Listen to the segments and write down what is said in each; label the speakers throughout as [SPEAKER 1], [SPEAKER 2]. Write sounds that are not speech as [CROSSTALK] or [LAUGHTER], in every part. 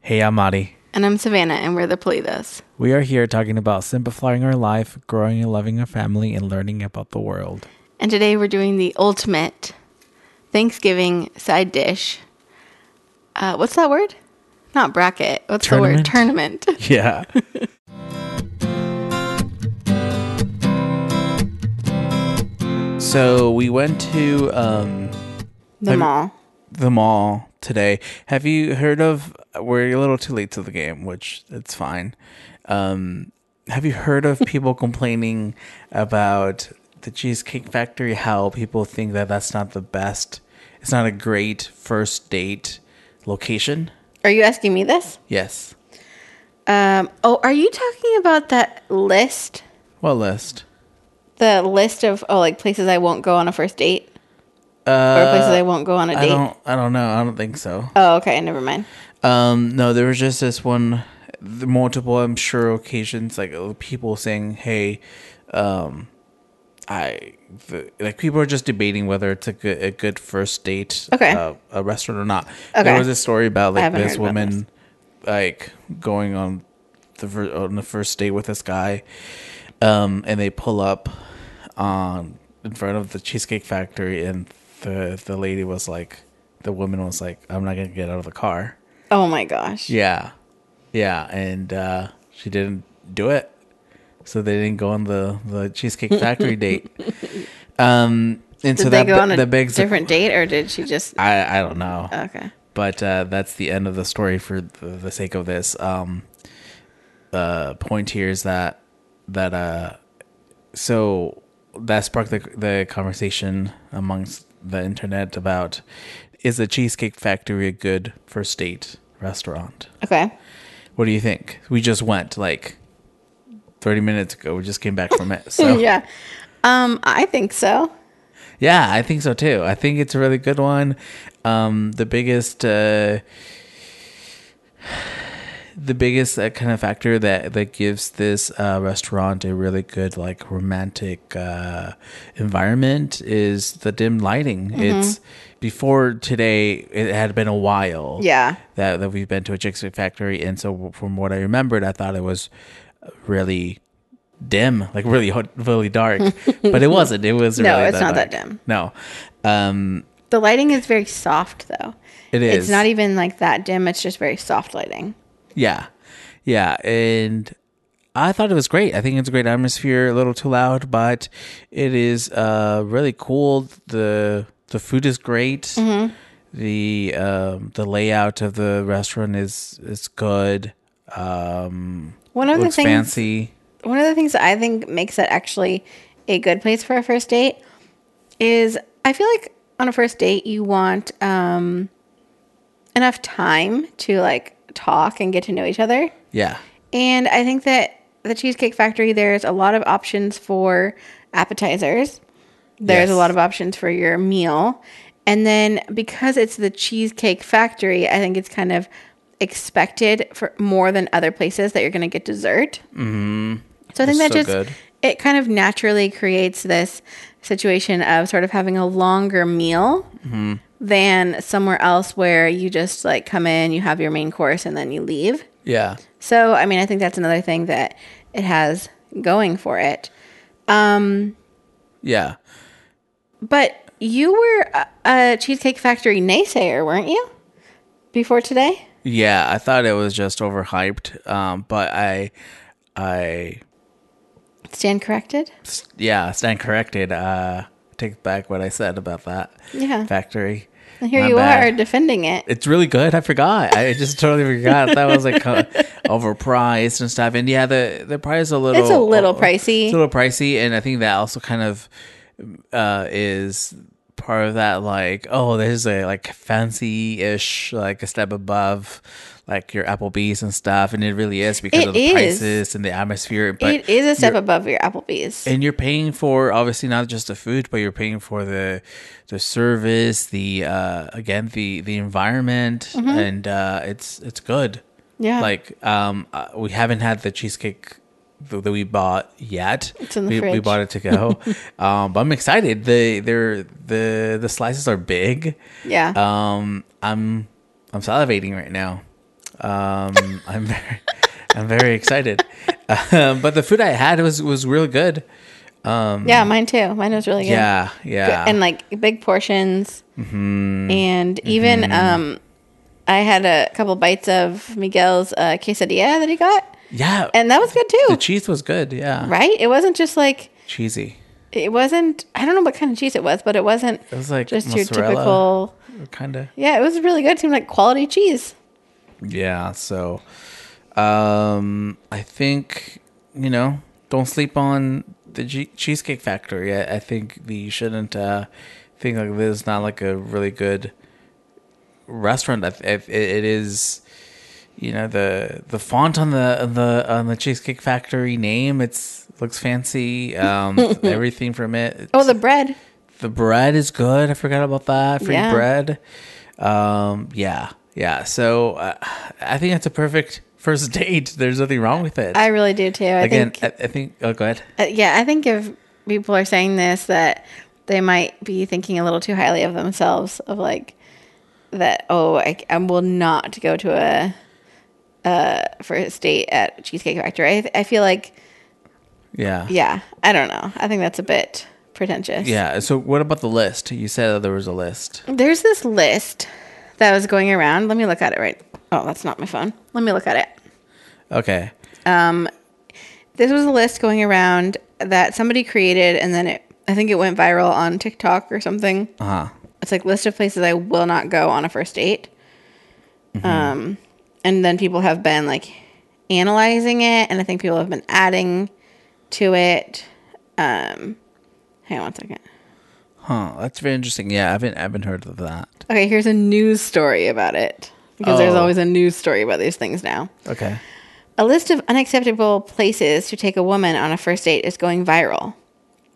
[SPEAKER 1] Hey, I'm Adi.
[SPEAKER 2] And I'm Savannah, and we're the Politas.
[SPEAKER 1] We are here talking about simplifying our life, growing and loving our family, and learning about the world.
[SPEAKER 2] And today we're doing the ultimate Thanksgiving side dish. Uh, what's that word? Not bracket. What's the word? Tournament.
[SPEAKER 1] [LAUGHS] Yeah. so we went to um,
[SPEAKER 2] The
[SPEAKER 1] Have-
[SPEAKER 2] mall.
[SPEAKER 1] the mall today. Have you heard of? We're a little too late to the game, which it's fine. Um, have you heard of people complaining about the Cheesecake Factory? How people think that that's not the best. It's not a great first date location.
[SPEAKER 2] Are you asking me this?
[SPEAKER 1] Yes.
[SPEAKER 2] Um, oh, are you talking about that list?
[SPEAKER 1] What list?
[SPEAKER 2] The list of, oh, like places I won't go on a first date? Or
[SPEAKER 1] Uh,
[SPEAKER 2] places I won't go on a
[SPEAKER 1] I
[SPEAKER 2] date?
[SPEAKER 1] don't. I don't know. I don't think so.
[SPEAKER 2] Oh, okay. Never mind.
[SPEAKER 1] Um, no, there was just this one, the multiple, I'm sure, occasions like of people saying, "Hey, um, I the, like people are just debating whether it's a good a good first date,
[SPEAKER 2] Okay.
[SPEAKER 1] uh, a restaurant or not."
[SPEAKER 2] Okay.
[SPEAKER 1] There was a story about like
[SPEAKER 2] haven't
[SPEAKER 1] this
[SPEAKER 2] heard about
[SPEAKER 1] woman, like going on the fir- on the first date with this guy, um, and they pull up on in front of the Cheesecake Factory, and the the lady was like, the woman was like, "I'm not gonna get out of the car."
[SPEAKER 2] Oh my gosh.
[SPEAKER 1] Yeah. Yeah. And uh, she didn't do it. So they didn't go on the, the Cheesecake
[SPEAKER 2] [LAUGHS]
[SPEAKER 1] Factory date. Um, and
[SPEAKER 2] Did
[SPEAKER 1] so
[SPEAKER 2] they
[SPEAKER 1] that,
[SPEAKER 2] go on a
[SPEAKER 1] the big
[SPEAKER 2] different date or did she just,
[SPEAKER 1] I, I don't know.
[SPEAKER 2] okay.
[SPEAKER 1] But uh, that's the end of the story for the, the sake of this. Um, uh, point here is that that uh, so that sparked the the conversation amongst the internet about is the Cheesecake Factory a good first date restaurant?
[SPEAKER 2] Okay.
[SPEAKER 1] What do you think? We just went like 30 minutes ago. We just came back from it. So yeah.
[SPEAKER 2] [LAUGHS] Yeah. Um, I think so.
[SPEAKER 1] I think so too. I think it's a really good one. Um, the biggest, uh, the biggest uh, kind of factor that that gives this uh, restaurant a really good like romantic uh, environment is the dim lighting. It's before today. It had been a while.
[SPEAKER 2] Yeah.
[SPEAKER 1] that that we've been to a Cheesecake Factory, and so from what I remembered, I thought it was really dim, like really hot- really
[SPEAKER 2] [LAUGHS]
[SPEAKER 1] dark, but it wasn't. It was
[SPEAKER 2] No,
[SPEAKER 1] really
[SPEAKER 2] it's not that
[SPEAKER 1] dark.
[SPEAKER 2] dim.
[SPEAKER 1] No, um,
[SPEAKER 2] The lighting is very soft, though.
[SPEAKER 1] it is.
[SPEAKER 2] It's not e- even like that dim. It's just very soft lighting.
[SPEAKER 1] Yeah, yeah, and I thought it was great. I think it's a great atmosphere. A little too loud, but it is uh really cool. the The food is great.
[SPEAKER 2] Mm-hmm.
[SPEAKER 1] The um the layout of the restaurant is is good. Um,
[SPEAKER 2] One of the
[SPEAKER 1] looks
[SPEAKER 2] things,
[SPEAKER 1] fancy.
[SPEAKER 2] one of the things that I think makes it actually a good place for a first date is I feel like on a first date you want um, enough time to like talk and get to know each other.
[SPEAKER 1] Yeah.
[SPEAKER 2] And I think that the Cheesecake Factory, there's a lot of options for appetizers. There's
[SPEAKER 1] Yes.
[SPEAKER 2] a lot of options for your meal. And then because it's the Cheesecake Factory, I think it's kind of expected for more than other places that you're going to get dessert. Mm-hmm. So I think
[SPEAKER 1] That's
[SPEAKER 2] that
[SPEAKER 1] so
[SPEAKER 2] just
[SPEAKER 1] good.
[SPEAKER 2] it kind of naturally creates this situation of sort of having a longer meal
[SPEAKER 1] Mm-hmm.
[SPEAKER 2] than somewhere else where you just like come in, you have your main course, and then you leave.
[SPEAKER 1] Yeah.
[SPEAKER 2] So, I mean, I think that's another thing that it has going for it.
[SPEAKER 1] Yeah.
[SPEAKER 2] But you were a, a Cheesecake Factory naysayer, weren't you? Before today?
[SPEAKER 1] Yeah. I thought it was just overhyped. Um, but I, I,
[SPEAKER 2] Stand corrected?
[SPEAKER 1] s- yeah, stand corrected. Uh, take back what I said about that
[SPEAKER 2] Yeah.
[SPEAKER 1] factory.
[SPEAKER 2] And here
[SPEAKER 1] My
[SPEAKER 2] you
[SPEAKER 1] bad.
[SPEAKER 2] are defending it.
[SPEAKER 1] It's really good. I forgot. I just totally forgot. That was like
[SPEAKER 2] [LAUGHS]
[SPEAKER 1] uh, overpriced and stuff. And yeah, the the price is a little.
[SPEAKER 2] It's a little
[SPEAKER 1] uh,
[SPEAKER 2] pricey.
[SPEAKER 1] It's a little pricey, and I think that also kind of uh, is part of that. Like, oh, there's a like fancy ish, like a step above, like your Applebee's and stuff. And it really is because
[SPEAKER 2] It
[SPEAKER 1] of the
[SPEAKER 2] is.
[SPEAKER 1] prices and the atmosphere. But
[SPEAKER 2] it is a step above your Applebee's.
[SPEAKER 1] and you're paying for obviously not just the food, but you're paying for the the service, the uh again the the environment, and uh it's it's good.
[SPEAKER 2] Mm-hmm. Yeah.
[SPEAKER 1] Like um, uh, we haven't had the cheesecake th- that we bought yet. It's
[SPEAKER 2] in the
[SPEAKER 1] we, we
[SPEAKER 2] fridge.
[SPEAKER 1] bought it to
[SPEAKER 2] [LAUGHS]
[SPEAKER 1] go, um, but I'm excited. The they're the the slices are big.
[SPEAKER 2] yeah.
[SPEAKER 1] Um, I'm I'm salivating right now. Um, [LAUGHS] I'm very, I'm very excited. [LAUGHS] Um, but the food I had was was really good.
[SPEAKER 2] yeah, mine too. Mine was really good.
[SPEAKER 1] um, Yeah, yeah.
[SPEAKER 2] and like big portions
[SPEAKER 1] Mm-hmm.
[SPEAKER 2] and even um i had a couple bites of miguel's uh, quesadilla that he got
[SPEAKER 1] yeah,
[SPEAKER 2] and that was good
[SPEAKER 1] the
[SPEAKER 2] too
[SPEAKER 1] cheese was good. Yeah,
[SPEAKER 2] right it wasn't just like
[SPEAKER 1] cheesy.
[SPEAKER 2] it wasn't i don't know what kind of cheese it was but it wasn't
[SPEAKER 1] It was like
[SPEAKER 2] just your
[SPEAKER 1] mozzarella.
[SPEAKER 2] typical
[SPEAKER 1] Kind of.
[SPEAKER 2] yeah it was really good it seemed like quality cheese
[SPEAKER 1] Yeah. So, um, I think you know, don't sleep on the G- Cheesecake Factory. I, I think that you shouldn't uh, think like this is not like a really good restaurant. I, I, it it is. You know the the font on the on the on the Cheesecake Factory name. It's looks fancy.
[SPEAKER 2] [LAUGHS]
[SPEAKER 1] Um, everything from it.
[SPEAKER 2] oh the bread
[SPEAKER 1] The bread is good. I forgot about that. Free
[SPEAKER 2] Yeah.
[SPEAKER 1] bread. Um, yeah. Yeah. So uh, I think that's a perfect first [LAUGHS] date. There's nothing wrong with it.
[SPEAKER 2] i really do too i
[SPEAKER 1] Again,
[SPEAKER 2] think
[SPEAKER 1] I, I think, oh, go ahead.
[SPEAKER 2] Uh, yeah, I think if people are saying this, that they might be thinking a little too highly of themselves, of like that. Oh, I, I will not go to a uh first date at Cheesecake Factory. I, I feel like,
[SPEAKER 1] Yeah.
[SPEAKER 2] yeah, I don't know. I think that's a bit pretentious.
[SPEAKER 1] Yeah. So what about the list? You said that there was a list.
[SPEAKER 2] There's this list that was going around. Let me look at it. Right. Oh, that's not my phone. Let me look at it.
[SPEAKER 1] Okay.
[SPEAKER 2] this was a list going around that somebody created and then it I think it went viral on TikTok or something.
[SPEAKER 1] Uh huh.
[SPEAKER 2] It's like list of places I will not go on a first date. Um and then people have been like analyzing it and I think people have been adding to it. Um hang on one second.
[SPEAKER 1] Huh. That's very interesting. Yeah. I haven't, I haven't heard of that.
[SPEAKER 2] Okay, here's a news story about it. Because there's
[SPEAKER 1] Oh.
[SPEAKER 2] always a news story about these things now.
[SPEAKER 1] Okay. [LAUGHS]
[SPEAKER 2] A list of unacceptable places to take a woman on a first date is going viral.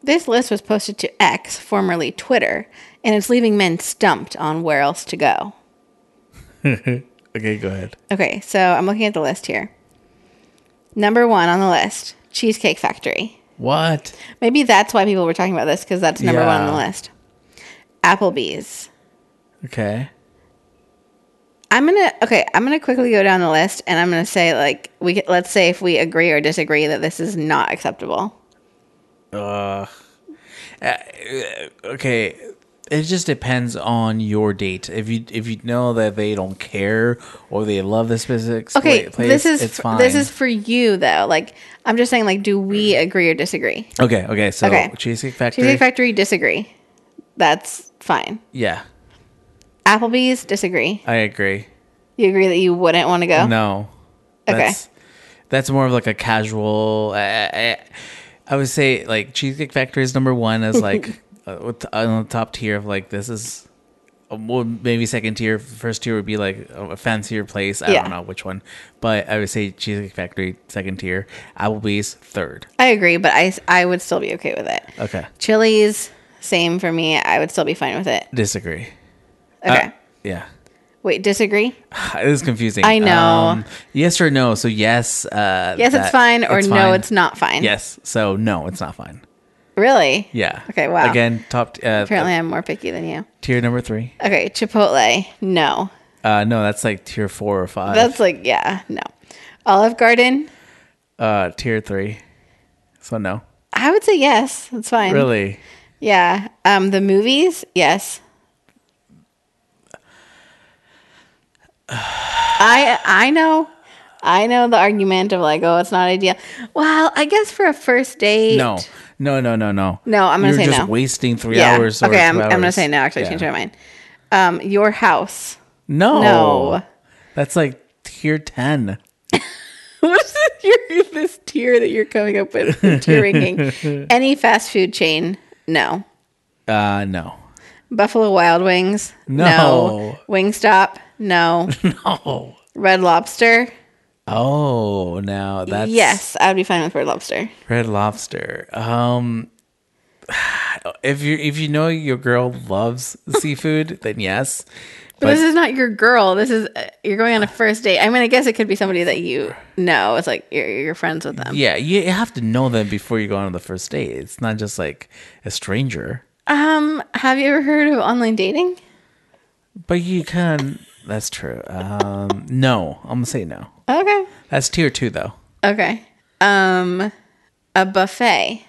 [SPEAKER 2] This list was posted to X, formerly Twitter, and it's leaving men stumped on where else to go.
[SPEAKER 1] Okay. Go ahead.
[SPEAKER 2] Okay, so I'm looking at the list here. Number one on the list Cheesecake Factory.
[SPEAKER 1] What?
[SPEAKER 2] Maybe that's why people were talking about this because that's number one on the
[SPEAKER 1] Yeah.
[SPEAKER 2] list. Applebee's.
[SPEAKER 1] Okay.
[SPEAKER 2] I'm gonna okay. I'm gonna quickly go down the list, and I'm gonna say like we could- let's say if we agree or disagree that this is not acceptable.
[SPEAKER 1] Uh, okay it just depends on your date if you if you know that they don't care or they love this specific spla-
[SPEAKER 2] Okay,
[SPEAKER 1] place
[SPEAKER 2] this is
[SPEAKER 1] it's
[SPEAKER 2] f-
[SPEAKER 1] fine Mm.
[SPEAKER 2] this is for you though. Like I'm just saying, like, do we agree or disagree?
[SPEAKER 1] okay okay so
[SPEAKER 2] Okay.
[SPEAKER 1] cheesecake factory
[SPEAKER 2] Cheesecake Factory disagree. That's fine.
[SPEAKER 1] yeah
[SPEAKER 2] Applebee's disagree.
[SPEAKER 1] i agree
[SPEAKER 2] You agree that you wouldn't want to go?
[SPEAKER 1] no
[SPEAKER 2] Okay.
[SPEAKER 1] that's that's more of like a casual i i, I would say like cheesecake factory is number one as
[SPEAKER 2] [LAUGHS]
[SPEAKER 1] like uh, with- on the top tier of like this is um, well, maybe second tier first tier would be like a a fancier place i
[SPEAKER 2] Yeah.
[SPEAKER 1] don't know which one but i would say cheesecake factory second tier applebee's third
[SPEAKER 2] I agree, but I s- I would still be okay with it.
[SPEAKER 1] okay
[SPEAKER 2] Chili's same for me. I would still be fine with it.
[SPEAKER 1] disagree
[SPEAKER 2] Okay.
[SPEAKER 1] Uh, yeah [SIGHS]
[SPEAKER 2] Wait, disagree?
[SPEAKER 1] it is confusing Um,
[SPEAKER 2] I know.
[SPEAKER 1] yes or no so yes uh
[SPEAKER 2] Yes, it's
[SPEAKER 1] that-
[SPEAKER 2] fine, or no,
[SPEAKER 1] fine.
[SPEAKER 2] it's not fine.
[SPEAKER 1] yes so no it's not fine
[SPEAKER 2] Really?
[SPEAKER 1] yeah
[SPEAKER 2] Okay, wow.
[SPEAKER 1] again top uh,
[SPEAKER 2] Apparently, I'm more picky than you.
[SPEAKER 1] Tier number three?
[SPEAKER 2] Okay, Chipotle. No,
[SPEAKER 1] Uh, no, that's like tier four or five.
[SPEAKER 2] that's like yeah, no. Olive Garden.
[SPEAKER 1] uh, tier three. So no,
[SPEAKER 2] I would say yes. That's fine.
[SPEAKER 1] really.
[SPEAKER 2] Yeah. Um, the movies, yes. I I know, I know the argument of like, oh, it's not ideal. Well, I guess for a first date,
[SPEAKER 1] No, no, no, no, no.
[SPEAKER 2] No, I'm gonna
[SPEAKER 1] You're
[SPEAKER 2] say
[SPEAKER 1] just
[SPEAKER 2] no.
[SPEAKER 1] wasting three
[SPEAKER 2] yeah.
[SPEAKER 1] hours. Or
[SPEAKER 2] okay, I'm,
[SPEAKER 1] two
[SPEAKER 2] I'm gonna
[SPEAKER 1] hours.
[SPEAKER 2] say no. Actually, I
[SPEAKER 1] Yeah.
[SPEAKER 2] changed my mind. Um, your house. [LAUGHS]
[SPEAKER 1] No,
[SPEAKER 2] No.
[SPEAKER 1] That's like tier ten.
[SPEAKER 2] What's your- this tier that you're coming up with?
[SPEAKER 1] [LAUGHS]
[SPEAKER 2] Tier ranking. Any fast food chain? No.
[SPEAKER 1] Uh, no,
[SPEAKER 2] Buffalo Wild Wings?
[SPEAKER 1] No.
[SPEAKER 2] Wingstop? No.
[SPEAKER 1] no.
[SPEAKER 2] Red Lobster?
[SPEAKER 1] Oh, now that's
[SPEAKER 2] yes, I would be fine with Red Lobster.
[SPEAKER 1] Red Lobster. Um, [SIGHS] if you if you know your girl loves seafood, then yes.
[SPEAKER 2] But, this is not your girl. This is uh, you're going on a first date. I mean, I guess it could be somebody that you know. It's like you're, you're friends with them.
[SPEAKER 1] Yeah, you have to know them before you go on the first date. It's not just like a stranger.
[SPEAKER 2] Um, have you ever heard of online dating?
[SPEAKER 1] But you kind of That's true. Um, no, I'm gonna say no.
[SPEAKER 2] Okay.
[SPEAKER 1] That's tier two though.
[SPEAKER 2] Okay. Um, a buffet.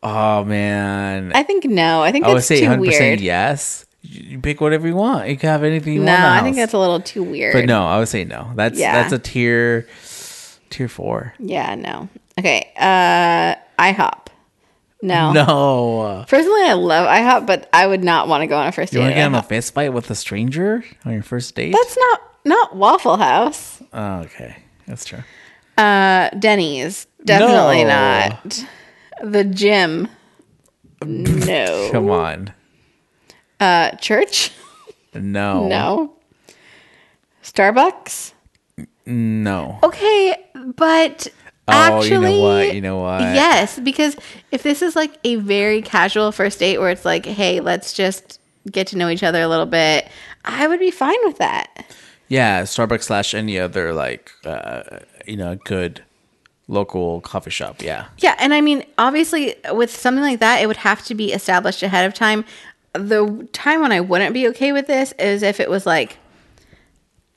[SPEAKER 1] Oh man,
[SPEAKER 2] I think no. I think
[SPEAKER 1] I would
[SPEAKER 2] that's
[SPEAKER 1] say
[SPEAKER 2] too
[SPEAKER 1] 100
[SPEAKER 2] weird.
[SPEAKER 1] percent yes. You you pick whatever you want. You can have anything you
[SPEAKER 2] No,
[SPEAKER 1] want. in the
[SPEAKER 2] I think
[SPEAKER 1] house.
[SPEAKER 2] that's a little too weird.
[SPEAKER 1] But no, I would say no. That's
[SPEAKER 2] Yeah.
[SPEAKER 1] that's a tier tier four.
[SPEAKER 2] Yeah, no. Okay. Uh, IHOP. No.
[SPEAKER 1] [LAUGHS] No, uh,
[SPEAKER 2] Personally, I love IHOP, but I would not want to go on a first
[SPEAKER 1] you
[SPEAKER 2] date.
[SPEAKER 1] want to
[SPEAKER 2] at
[SPEAKER 1] get in a
[SPEAKER 2] IHOP.
[SPEAKER 1] fist fight with a stranger on your first date?
[SPEAKER 2] That's not not Waffle House.
[SPEAKER 1] oh, okay, that's true.
[SPEAKER 2] Uh, Denny's. Definitely
[SPEAKER 1] No.
[SPEAKER 2] not. The gym.
[SPEAKER 1] [LAUGHS]
[SPEAKER 2] No.
[SPEAKER 1] Come on,
[SPEAKER 2] Uh, church.
[SPEAKER 1] no,
[SPEAKER 2] No. Starbucks.
[SPEAKER 1] no.
[SPEAKER 2] Okay, but
[SPEAKER 1] Oh,
[SPEAKER 2] actually,
[SPEAKER 1] you know what? You know what?
[SPEAKER 2] Yes, because if this is like a very casual first date where it's like, hey, let's just get to know each other a little bit, I would be fine with that.
[SPEAKER 1] Yeah, Starbucks slash any other like uh, you know good local coffee shop. Yeah,
[SPEAKER 2] Yeah, and I mean, obviously, with something like that, it would have to be established ahead of time. The time when I wouldn't be okay with this is if it was like,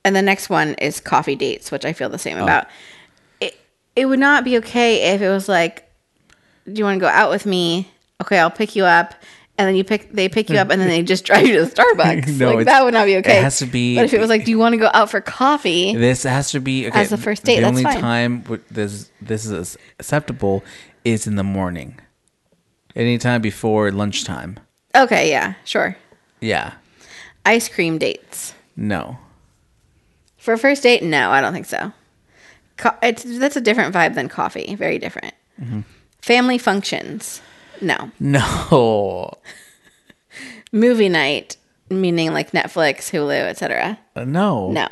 [SPEAKER 2] and the next one is coffee dates, which I feel the same
[SPEAKER 1] Oh.
[SPEAKER 2] about. It it would not be okay if it was like, do you want to go out with me? Okay, I'll pick you up, and then you pick they pick you up, and then they just drive
[SPEAKER 1] [LAUGHS]
[SPEAKER 2] you to Starbucks.
[SPEAKER 1] No,
[SPEAKER 2] like
[SPEAKER 1] it's-
[SPEAKER 2] that would not be okay.
[SPEAKER 1] has to be-
[SPEAKER 2] But if it was like, do you want to go out for coffee?
[SPEAKER 1] this has to be okay,
[SPEAKER 2] As a first date,
[SPEAKER 1] The
[SPEAKER 2] that's
[SPEAKER 1] only
[SPEAKER 2] fine.
[SPEAKER 1] time w- this this is acceptable is in the morning, anytime before lunchtime.
[SPEAKER 2] Okay, yeah, sure.
[SPEAKER 1] Yeah,
[SPEAKER 2] Ice cream dates.
[SPEAKER 1] no.
[SPEAKER 2] For a first date, no, I don't think so. Co- it's that's a different vibe than coffee. Very different. Family functions, no.
[SPEAKER 1] No, [LAUGHS]
[SPEAKER 2] Movie night, meaning like Netflix, Hulu, etc.
[SPEAKER 1] Uh, no,
[SPEAKER 2] No.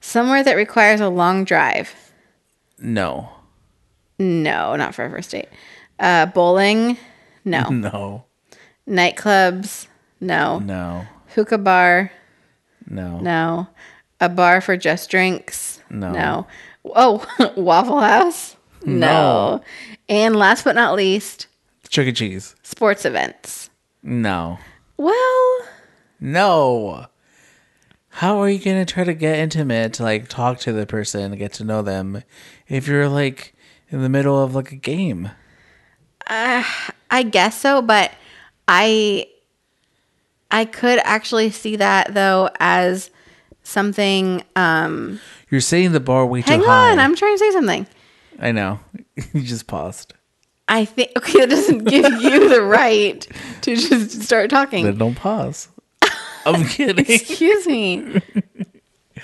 [SPEAKER 2] Somewhere that requires a long drive,
[SPEAKER 1] no,
[SPEAKER 2] no, not for a first date. Uh, bowling, no.
[SPEAKER 1] no,
[SPEAKER 2] Nightclubs, Mm-hmm. no.
[SPEAKER 1] no,
[SPEAKER 2] Hookah bar,
[SPEAKER 1] no,
[SPEAKER 2] no. A bar for just drinks,
[SPEAKER 1] No.
[SPEAKER 2] No. Oh, [LAUGHS] Waffle House, no. And last but not least,
[SPEAKER 1] Chuck E. Cheese.
[SPEAKER 2] sports events.
[SPEAKER 1] No,
[SPEAKER 2] Well,
[SPEAKER 1] no. How are you gonna try to get intimate, to, like talk to the person, get to know them, if you're like in the middle of like a game?
[SPEAKER 2] I guess so, but I I could actually see that though as something um
[SPEAKER 1] You're setting the bar way
[SPEAKER 2] hang
[SPEAKER 1] too high.
[SPEAKER 2] on, I'm trying to say something.
[SPEAKER 1] I know. [LAUGHS] you just paused.
[SPEAKER 2] I think [LAUGHS] okay, that doesn't give you the right to just start
[SPEAKER 1] Then
[SPEAKER 2] talking.
[SPEAKER 1] don't pause. I'm kidding.
[SPEAKER 2] [LAUGHS] Excuse me.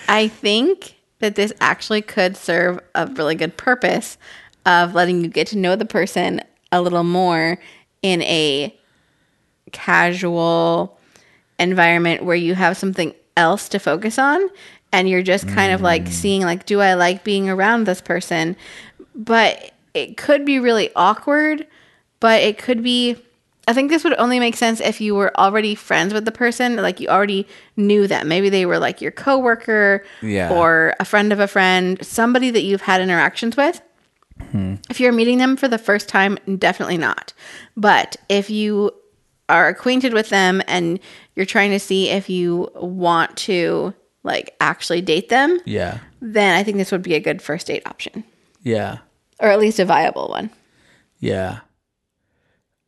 [SPEAKER 2] I think that this actually could serve a really good purpose of letting you get to know the person a little more in a casual environment where you have something else to focus on and you're just kind of like seeing like do I like being around this person but it could be really awkward but it could be I think this would only make sense if you were already friends with the person like you already knew them maybe they were like your coworker
[SPEAKER 1] Yeah.
[SPEAKER 2] or a friend of a friend somebody that you've had interactions with if you're meeting them for the first time, definitely not. But if you are acquainted with them and you're trying to see if you want to like actually date them,
[SPEAKER 1] Yeah.
[SPEAKER 2] then I think this would be a good first date option
[SPEAKER 1] Yeah.
[SPEAKER 2] or at least a viable one.
[SPEAKER 1] Yeah.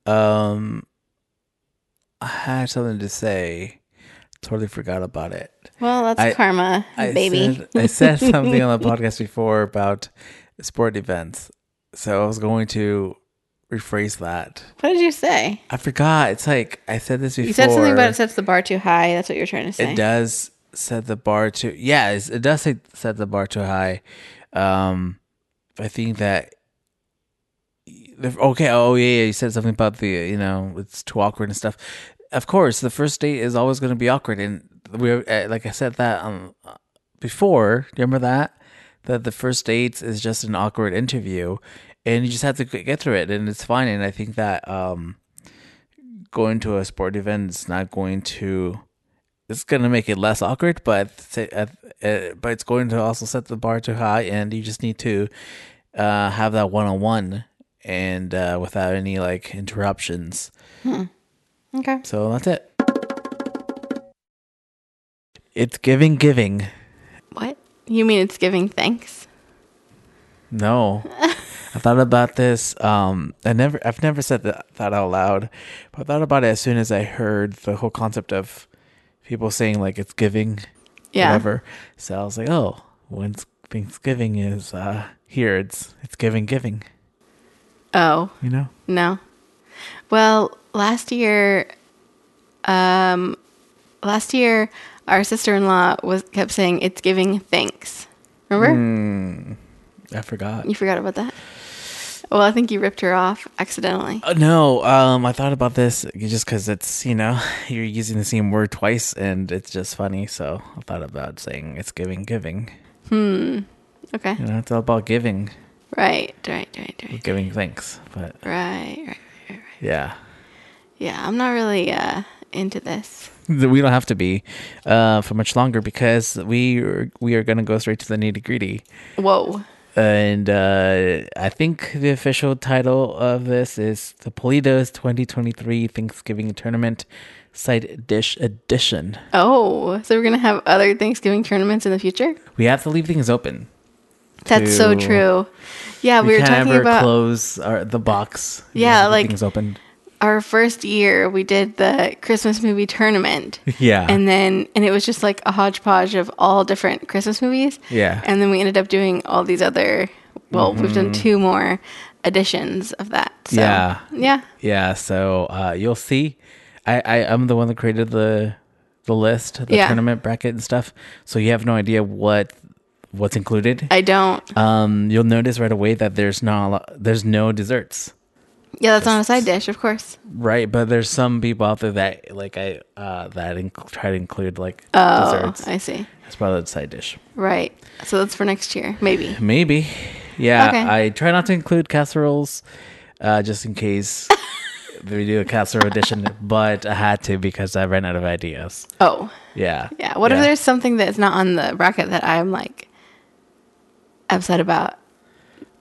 [SPEAKER 1] Um I had something to say. Totally forgot about it.
[SPEAKER 2] Well, that's
[SPEAKER 1] I-
[SPEAKER 2] karma,
[SPEAKER 1] I
[SPEAKER 2] baby.
[SPEAKER 1] Said, I
[SPEAKER 2] [LAUGHS]
[SPEAKER 1] said something on the podcast before about sport events. So I was going to rephrase that.
[SPEAKER 2] what did you say?
[SPEAKER 1] I forgot. It's like I said this before.
[SPEAKER 2] You said something about it sets the bar too high. That's what you're trying to say.
[SPEAKER 1] It does set the bar too. Yeah, it's- it does set set the bar too high. Um, I think that. Okay. Oh yeah, yeah. You said something about the you know it's too awkward and stuff. Of course, the first date is always going to be awkward, and we uh, like I said that um before. Do you remember that that the first date is just an awkward interview, and you just have to g- get through it, and it's fine. And I think that um going to a sport event is not going to it's gonna make it less awkward, but sa- uh, uh, but it's going to also set the bar too high, and you just need to uh, have that one on one and uh, without any like interruptions.
[SPEAKER 2] okay.
[SPEAKER 1] So that's it. It's giving, giving.
[SPEAKER 2] What? You mean it's giving thanks? [LAUGHS]
[SPEAKER 1] No, I thought about this. Um, I never, I've never said that thought out loud, but I thought about it as soon as I heard the whole concept of people saying like it's giving,
[SPEAKER 2] Yeah.
[SPEAKER 1] whatever. So I was like, oh, when Thanksgiving is uh, here, it's it's giving, giving.
[SPEAKER 2] Oh,
[SPEAKER 1] You know,
[SPEAKER 2] no. Well, last year, um, last year, our sister-in-law was kept saying it's giving thanks. Remember?
[SPEAKER 1] I forgot.
[SPEAKER 2] You forgot about that? Well, I think you ripped her off accidentally.
[SPEAKER 1] Uh, No, um, I thought about this just because it's you know [LAUGHS] you're using the same word twice and it's just funny. So I thought about saying it's giving, giving.
[SPEAKER 2] Okay.
[SPEAKER 1] You know, it's all about giving,
[SPEAKER 2] Right, right, right, right.
[SPEAKER 1] giving thanks. But
[SPEAKER 2] Right, right, right, right.
[SPEAKER 1] yeah,
[SPEAKER 2] Yeah, I'm not really uh, into this.
[SPEAKER 1] we don't have to be uh, for much longer because we are, we are gonna go straight to the nitty gritty.
[SPEAKER 2] Whoa.
[SPEAKER 1] And uh, I think the official title of this is the Politos 2023 Thanksgiving Tournament Side Dish Edition.
[SPEAKER 2] Oh, so we're going to have other Thanksgiving tournaments in the future?
[SPEAKER 1] We have to leave things open.
[SPEAKER 2] That's so
[SPEAKER 1] Ew.
[SPEAKER 2] true. Yeah, we,
[SPEAKER 1] we,
[SPEAKER 2] were
[SPEAKER 1] can't
[SPEAKER 2] talking
[SPEAKER 1] ever
[SPEAKER 2] about
[SPEAKER 1] close our, the box. We have
[SPEAKER 2] Yeah,
[SPEAKER 1] to keep
[SPEAKER 2] like-
[SPEAKER 1] things open. [LAUGHS]
[SPEAKER 2] our first year we did the Christmas movie tournament.
[SPEAKER 1] Yeah,
[SPEAKER 2] And then and it was just like a hodgepodge of all different Christmas movies.
[SPEAKER 1] Yeah.
[SPEAKER 2] And then we ended up doing all these other well, we've done two more editions of that. So
[SPEAKER 1] Mm-hmm. Yeah.
[SPEAKER 2] Yeah.
[SPEAKER 1] yeah. So uh, you'll see. I, I I'm the one that created the the list, the
[SPEAKER 2] Yeah.
[SPEAKER 1] tournament bracket and stuff. So you have no idea what what's included.
[SPEAKER 2] I don't
[SPEAKER 1] um, you'll notice right away that there's not a lot, there's no desserts.
[SPEAKER 2] Yeah, that's on a side dish, of course.
[SPEAKER 1] Right, but there's some people out there that like I uh that inc- try to include like
[SPEAKER 2] Oh,
[SPEAKER 1] desserts
[SPEAKER 2] I see.
[SPEAKER 1] as part of the side dish.
[SPEAKER 2] Right. So that's for next year, maybe.
[SPEAKER 1] Maybe. Yeah,
[SPEAKER 2] Okay.
[SPEAKER 1] I try not to include casseroles, uh, just in
[SPEAKER 2] [LAUGHS]
[SPEAKER 1] case we do a casserole edition. But I had to because I ran out of ideas.
[SPEAKER 2] Oh,
[SPEAKER 1] Yeah.
[SPEAKER 2] yeah. What if there's something that's not on the bracket that I'm like upset about?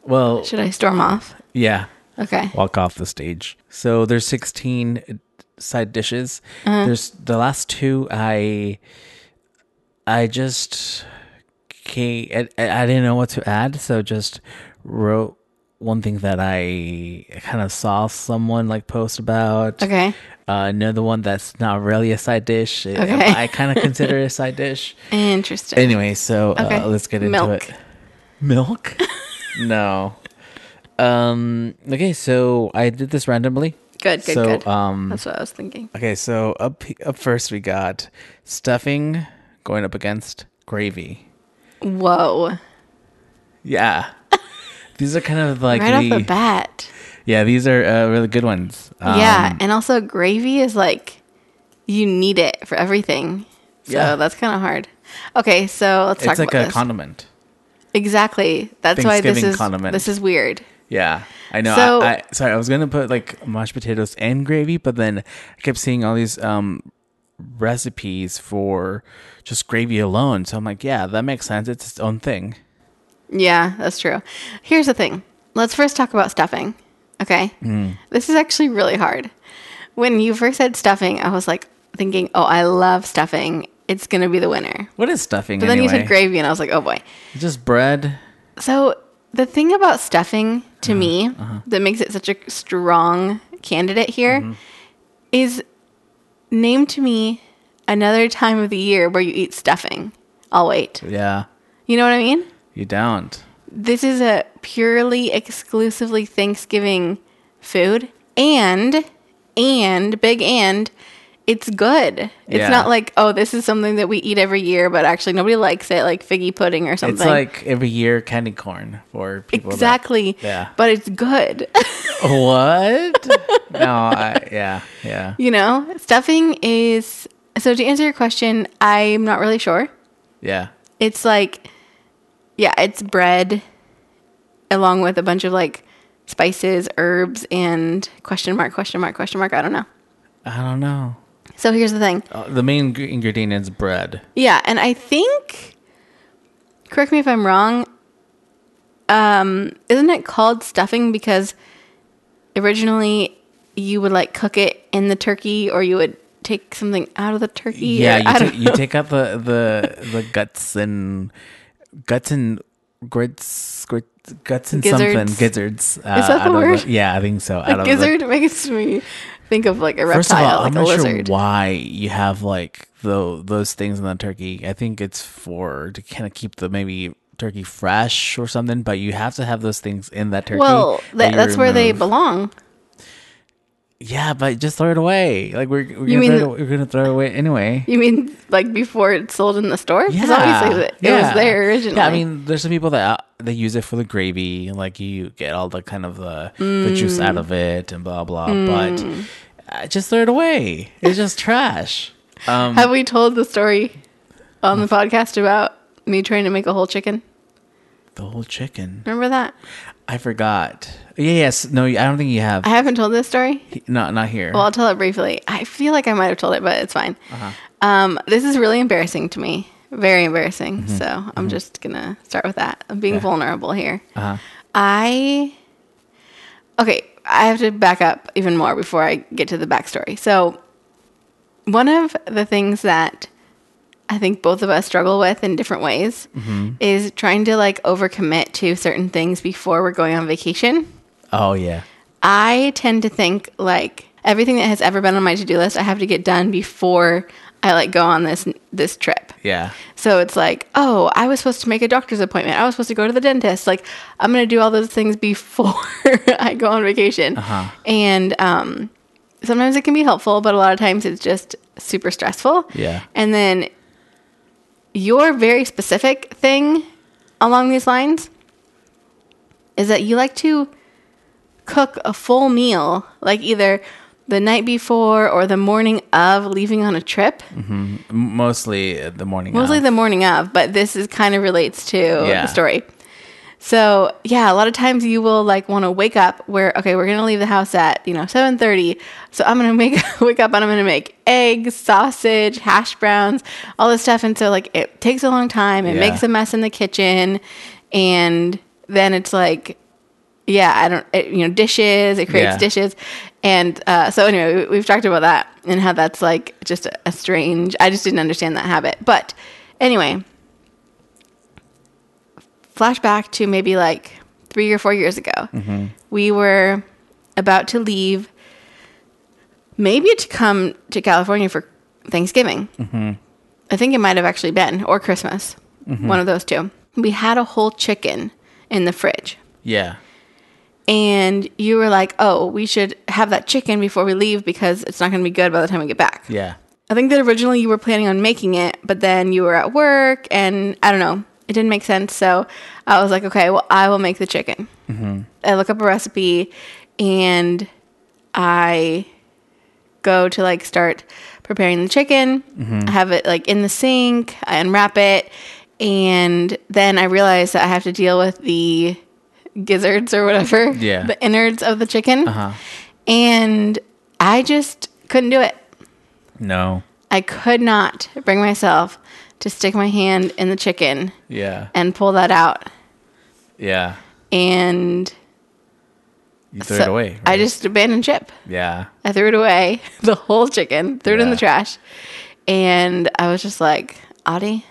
[SPEAKER 1] Well,
[SPEAKER 2] Should I storm off?
[SPEAKER 1] yeah.
[SPEAKER 2] Okay.
[SPEAKER 1] Walk off the stage. So there's 16 side dishes.
[SPEAKER 2] Uh-huh.
[SPEAKER 1] There's the last two. I I just can't. I, I didn't know what to add, so just wrote one thing that I kind of saw someone like post about.
[SPEAKER 2] Okay.
[SPEAKER 1] Uh, another one that's not really a side dish. It-
[SPEAKER 2] Okay.
[SPEAKER 1] I
[SPEAKER 2] [LAUGHS]
[SPEAKER 1] kind of consider it a side dish.
[SPEAKER 2] Interesting.
[SPEAKER 1] Anyway, so
[SPEAKER 2] Okay.
[SPEAKER 1] uh, let's get into
[SPEAKER 2] Milk.
[SPEAKER 1] it. Milk? [LAUGHS] no. Um. Okay, so I did this randomly.
[SPEAKER 2] Good, good,
[SPEAKER 1] so,
[SPEAKER 2] good.
[SPEAKER 1] um.
[SPEAKER 2] that's what I was thinking.
[SPEAKER 1] Okay, so up up first we got stuffing going up against gravy.
[SPEAKER 2] Whoa. [LAUGHS]
[SPEAKER 1] Yeah. These are kind of like
[SPEAKER 2] right off
[SPEAKER 1] the-
[SPEAKER 2] the bat.
[SPEAKER 1] yeah. These are uh, really good ones. Um,
[SPEAKER 2] yeah. And also, gravy is like, you need it for everything. So
[SPEAKER 1] Yeah.
[SPEAKER 2] that's kind of hard. Okay. So let's talk
[SPEAKER 1] It's like
[SPEAKER 2] about
[SPEAKER 1] a
[SPEAKER 2] this.
[SPEAKER 1] condiment.
[SPEAKER 2] exactly. That's why this
[SPEAKER 1] Thanksgiving
[SPEAKER 2] is,
[SPEAKER 1] condiment.
[SPEAKER 2] this is weird.
[SPEAKER 1] Yeah, I know.
[SPEAKER 2] So-
[SPEAKER 1] I, I, sorry, I was gonna put like mashed potatoes and gravy, but then I kept seeing all these um recipes for just gravy alone. So I'm like, yeah, that makes sense. It's its own thing.
[SPEAKER 2] Yeah, that's true. Here's the thing. Let's first talk about stuffing. Okay.
[SPEAKER 1] Mm.
[SPEAKER 2] This is actually really hard. When you first said stuffing, I was like thinking, oh, I love stuffing. It's going to be the winner.
[SPEAKER 1] What is stuffing?
[SPEAKER 2] But then
[SPEAKER 1] anyway?
[SPEAKER 2] you said gravy, and I was like, oh boy.
[SPEAKER 1] It's Just bread.
[SPEAKER 2] So the thing about stuffing to
[SPEAKER 1] Mm-hmm.
[SPEAKER 2] me
[SPEAKER 1] Uh-huh.
[SPEAKER 2] that makes it such a strong candidate here
[SPEAKER 1] Mm-hmm.
[SPEAKER 2] is name to me another time of the year where you eat stuffing. I'll wait.
[SPEAKER 1] Yeah,
[SPEAKER 2] You know what I mean?
[SPEAKER 1] you don't.
[SPEAKER 2] this is a purely exclusively thanksgiving food and and big and it's good it's
[SPEAKER 1] Yeah.
[SPEAKER 2] not like oh this is something that we eat every year but actually nobody likes it like figgy pudding or something
[SPEAKER 1] It's like every year candy corn for people. that-
[SPEAKER 2] exactly
[SPEAKER 1] Yeah.
[SPEAKER 2] but it's good
[SPEAKER 1] [LAUGHS]
[SPEAKER 2] [LAUGHS]
[SPEAKER 1] what? [LAUGHS] no, I, yeah, yeah.
[SPEAKER 2] you know stuffing is so to answer your question i'm not really sure
[SPEAKER 1] Yeah.
[SPEAKER 2] it's like yeah it's bread along with a bunch of like spices herbs and question mark question mark question mark i don't know
[SPEAKER 1] I don't know.
[SPEAKER 2] so here's the thing
[SPEAKER 1] Uh, the main gr- ingredient is bread.
[SPEAKER 2] yeah and i think correct me if i'm wrong um isn't it called stuffing because originally you would like cook it in the turkey or you would take something out of the turkey.
[SPEAKER 1] Yeah,
[SPEAKER 2] or
[SPEAKER 1] you,
[SPEAKER 2] I
[SPEAKER 1] ta-
[SPEAKER 2] don't
[SPEAKER 1] you take out the the the guts and guts and grits, grits guts and something
[SPEAKER 2] Gizzards.
[SPEAKER 1] gizzards. Uh,
[SPEAKER 2] Is that the
[SPEAKER 1] out of
[SPEAKER 2] word?
[SPEAKER 1] yeah, I think so. out
[SPEAKER 2] know.
[SPEAKER 1] of the-
[SPEAKER 2] Gizzard makes me think of like a reptile,
[SPEAKER 1] First of all,
[SPEAKER 2] like
[SPEAKER 1] I'm
[SPEAKER 2] a
[SPEAKER 1] not
[SPEAKER 2] lizard.
[SPEAKER 1] sure why you have like the, those things in the turkey. I think it's for to kind of keep the maybe turkey fresh or something. But you have to have those things in that turkey.
[SPEAKER 2] well,
[SPEAKER 1] that
[SPEAKER 2] that,
[SPEAKER 1] you
[SPEAKER 2] that's where they
[SPEAKER 1] remove.
[SPEAKER 2] belong.
[SPEAKER 1] Yeah, but just throw it away. Like we're, we're,
[SPEAKER 2] You
[SPEAKER 1] gonna, throw
[SPEAKER 2] mean
[SPEAKER 1] it, we're gonna throw it away anyway.
[SPEAKER 2] You mean like before it's sold in the store? Because obviously it was there originally.
[SPEAKER 1] Yeah, I mean, there's some people that they use it for the gravy, and like you get all the kind of the, the juice out of it and blah blah.
[SPEAKER 2] Mm.
[SPEAKER 1] But uh, just throw it away. It's just trash. Um,
[SPEAKER 2] have we told the story on the podcast about me trying to make a whole chicken?
[SPEAKER 1] the whole chicken.
[SPEAKER 2] Remember that?
[SPEAKER 1] I forgot. Yeah, yes. No, I don't think you have.
[SPEAKER 2] I haven't told this story.
[SPEAKER 1] No, not here.
[SPEAKER 2] Well, I'll tell it briefly. I feel like I might have told it, but it's fine.
[SPEAKER 1] Uh-huh.
[SPEAKER 2] Um, this is really embarrassing to me. Very embarrassing.
[SPEAKER 1] Mm-hmm.
[SPEAKER 2] So I'm just going to start with that. I'm being vulnerable here.
[SPEAKER 1] Uh-huh.
[SPEAKER 2] I. Okay, I have to back up even more before I get to the backstory. So, one of the things that I think both of us struggle with in different ways is trying to like overcommit to certain things before we're going on vacation.
[SPEAKER 1] oh yeah.
[SPEAKER 2] I tend to think like everything that has ever been on my to-do list I have to get done before I like go on this this trip.
[SPEAKER 1] Yeah.
[SPEAKER 2] So it's like, oh, I was supposed to make a doctor's appointment. I was supposed to go to the dentist. Like, I'm going to do all those things before [LAUGHS] I go on vacation. And um, sometimes it can be helpful, but a lot of times it's just super stressful.
[SPEAKER 1] Yeah.
[SPEAKER 2] And then your very specific thing along these lines is that you like to cook a full meal, like either the night before or the morning of leaving on a trip.
[SPEAKER 1] M- Mostly uh, the morning.
[SPEAKER 2] Mostly
[SPEAKER 1] of.
[SPEAKER 2] the morning of, but this is kind of relates to
[SPEAKER 1] Yeah.
[SPEAKER 2] the story. So yeah, a lot of times you will like want to wake up where okay, we're gonna leave the house at you know seven thirty. So I'm gonna [LAUGHS] make wake up and I'm gonna make eggs, sausage, hash browns, all this stuff. And so like it takes a long time. It
[SPEAKER 1] Yeah.
[SPEAKER 2] makes a mess in the kitchen, and then it's like yeah, I don't, it, you know, dishes, it creates
[SPEAKER 1] Yeah.
[SPEAKER 2] dishes. And uh, so, anyway, we, we've talked about that and how that's like just a, a strange, I just didn't understand that habit. But anyway, flashback to maybe like three or four years ago, we were about to leave, maybe to come to California for Thanksgiving. I think it might have actually been, or Christmas, one of those two. We had a whole chicken in the fridge
[SPEAKER 1] Yeah.
[SPEAKER 2] and you were like, "Oh, we should have that chicken before we leave because it's not going to be good by the time we get back."
[SPEAKER 1] Yeah.
[SPEAKER 2] I think that originally you were planning on making it, but then you were at work, and I don't know, it didn't make sense. So I was like, "Okay, well, I will make the chicken." I look up a recipe, and I go to like start preparing the chicken, I have it like in the sink, I unwrap it, and then I realize that I have to deal with the gizzards or whatever,
[SPEAKER 1] Yeah. Uh-huh.
[SPEAKER 2] the innards of the chicken. And I just couldn't do it.
[SPEAKER 1] No.
[SPEAKER 2] I could not bring myself to stick my hand in the chicken
[SPEAKER 1] Yeah.
[SPEAKER 2] and pull that out.
[SPEAKER 1] Yeah.
[SPEAKER 2] And
[SPEAKER 1] You threw
[SPEAKER 2] so
[SPEAKER 1] it away.
[SPEAKER 2] I
[SPEAKER 1] right?
[SPEAKER 2] just abandoned ship.
[SPEAKER 1] Yeah.
[SPEAKER 2] I threw it away, [LAUGHS] the whole chicken, threw it in
[SPEAKER 1] Yeah.
[SPEAKER 2] the trash. And I was just like, Audie,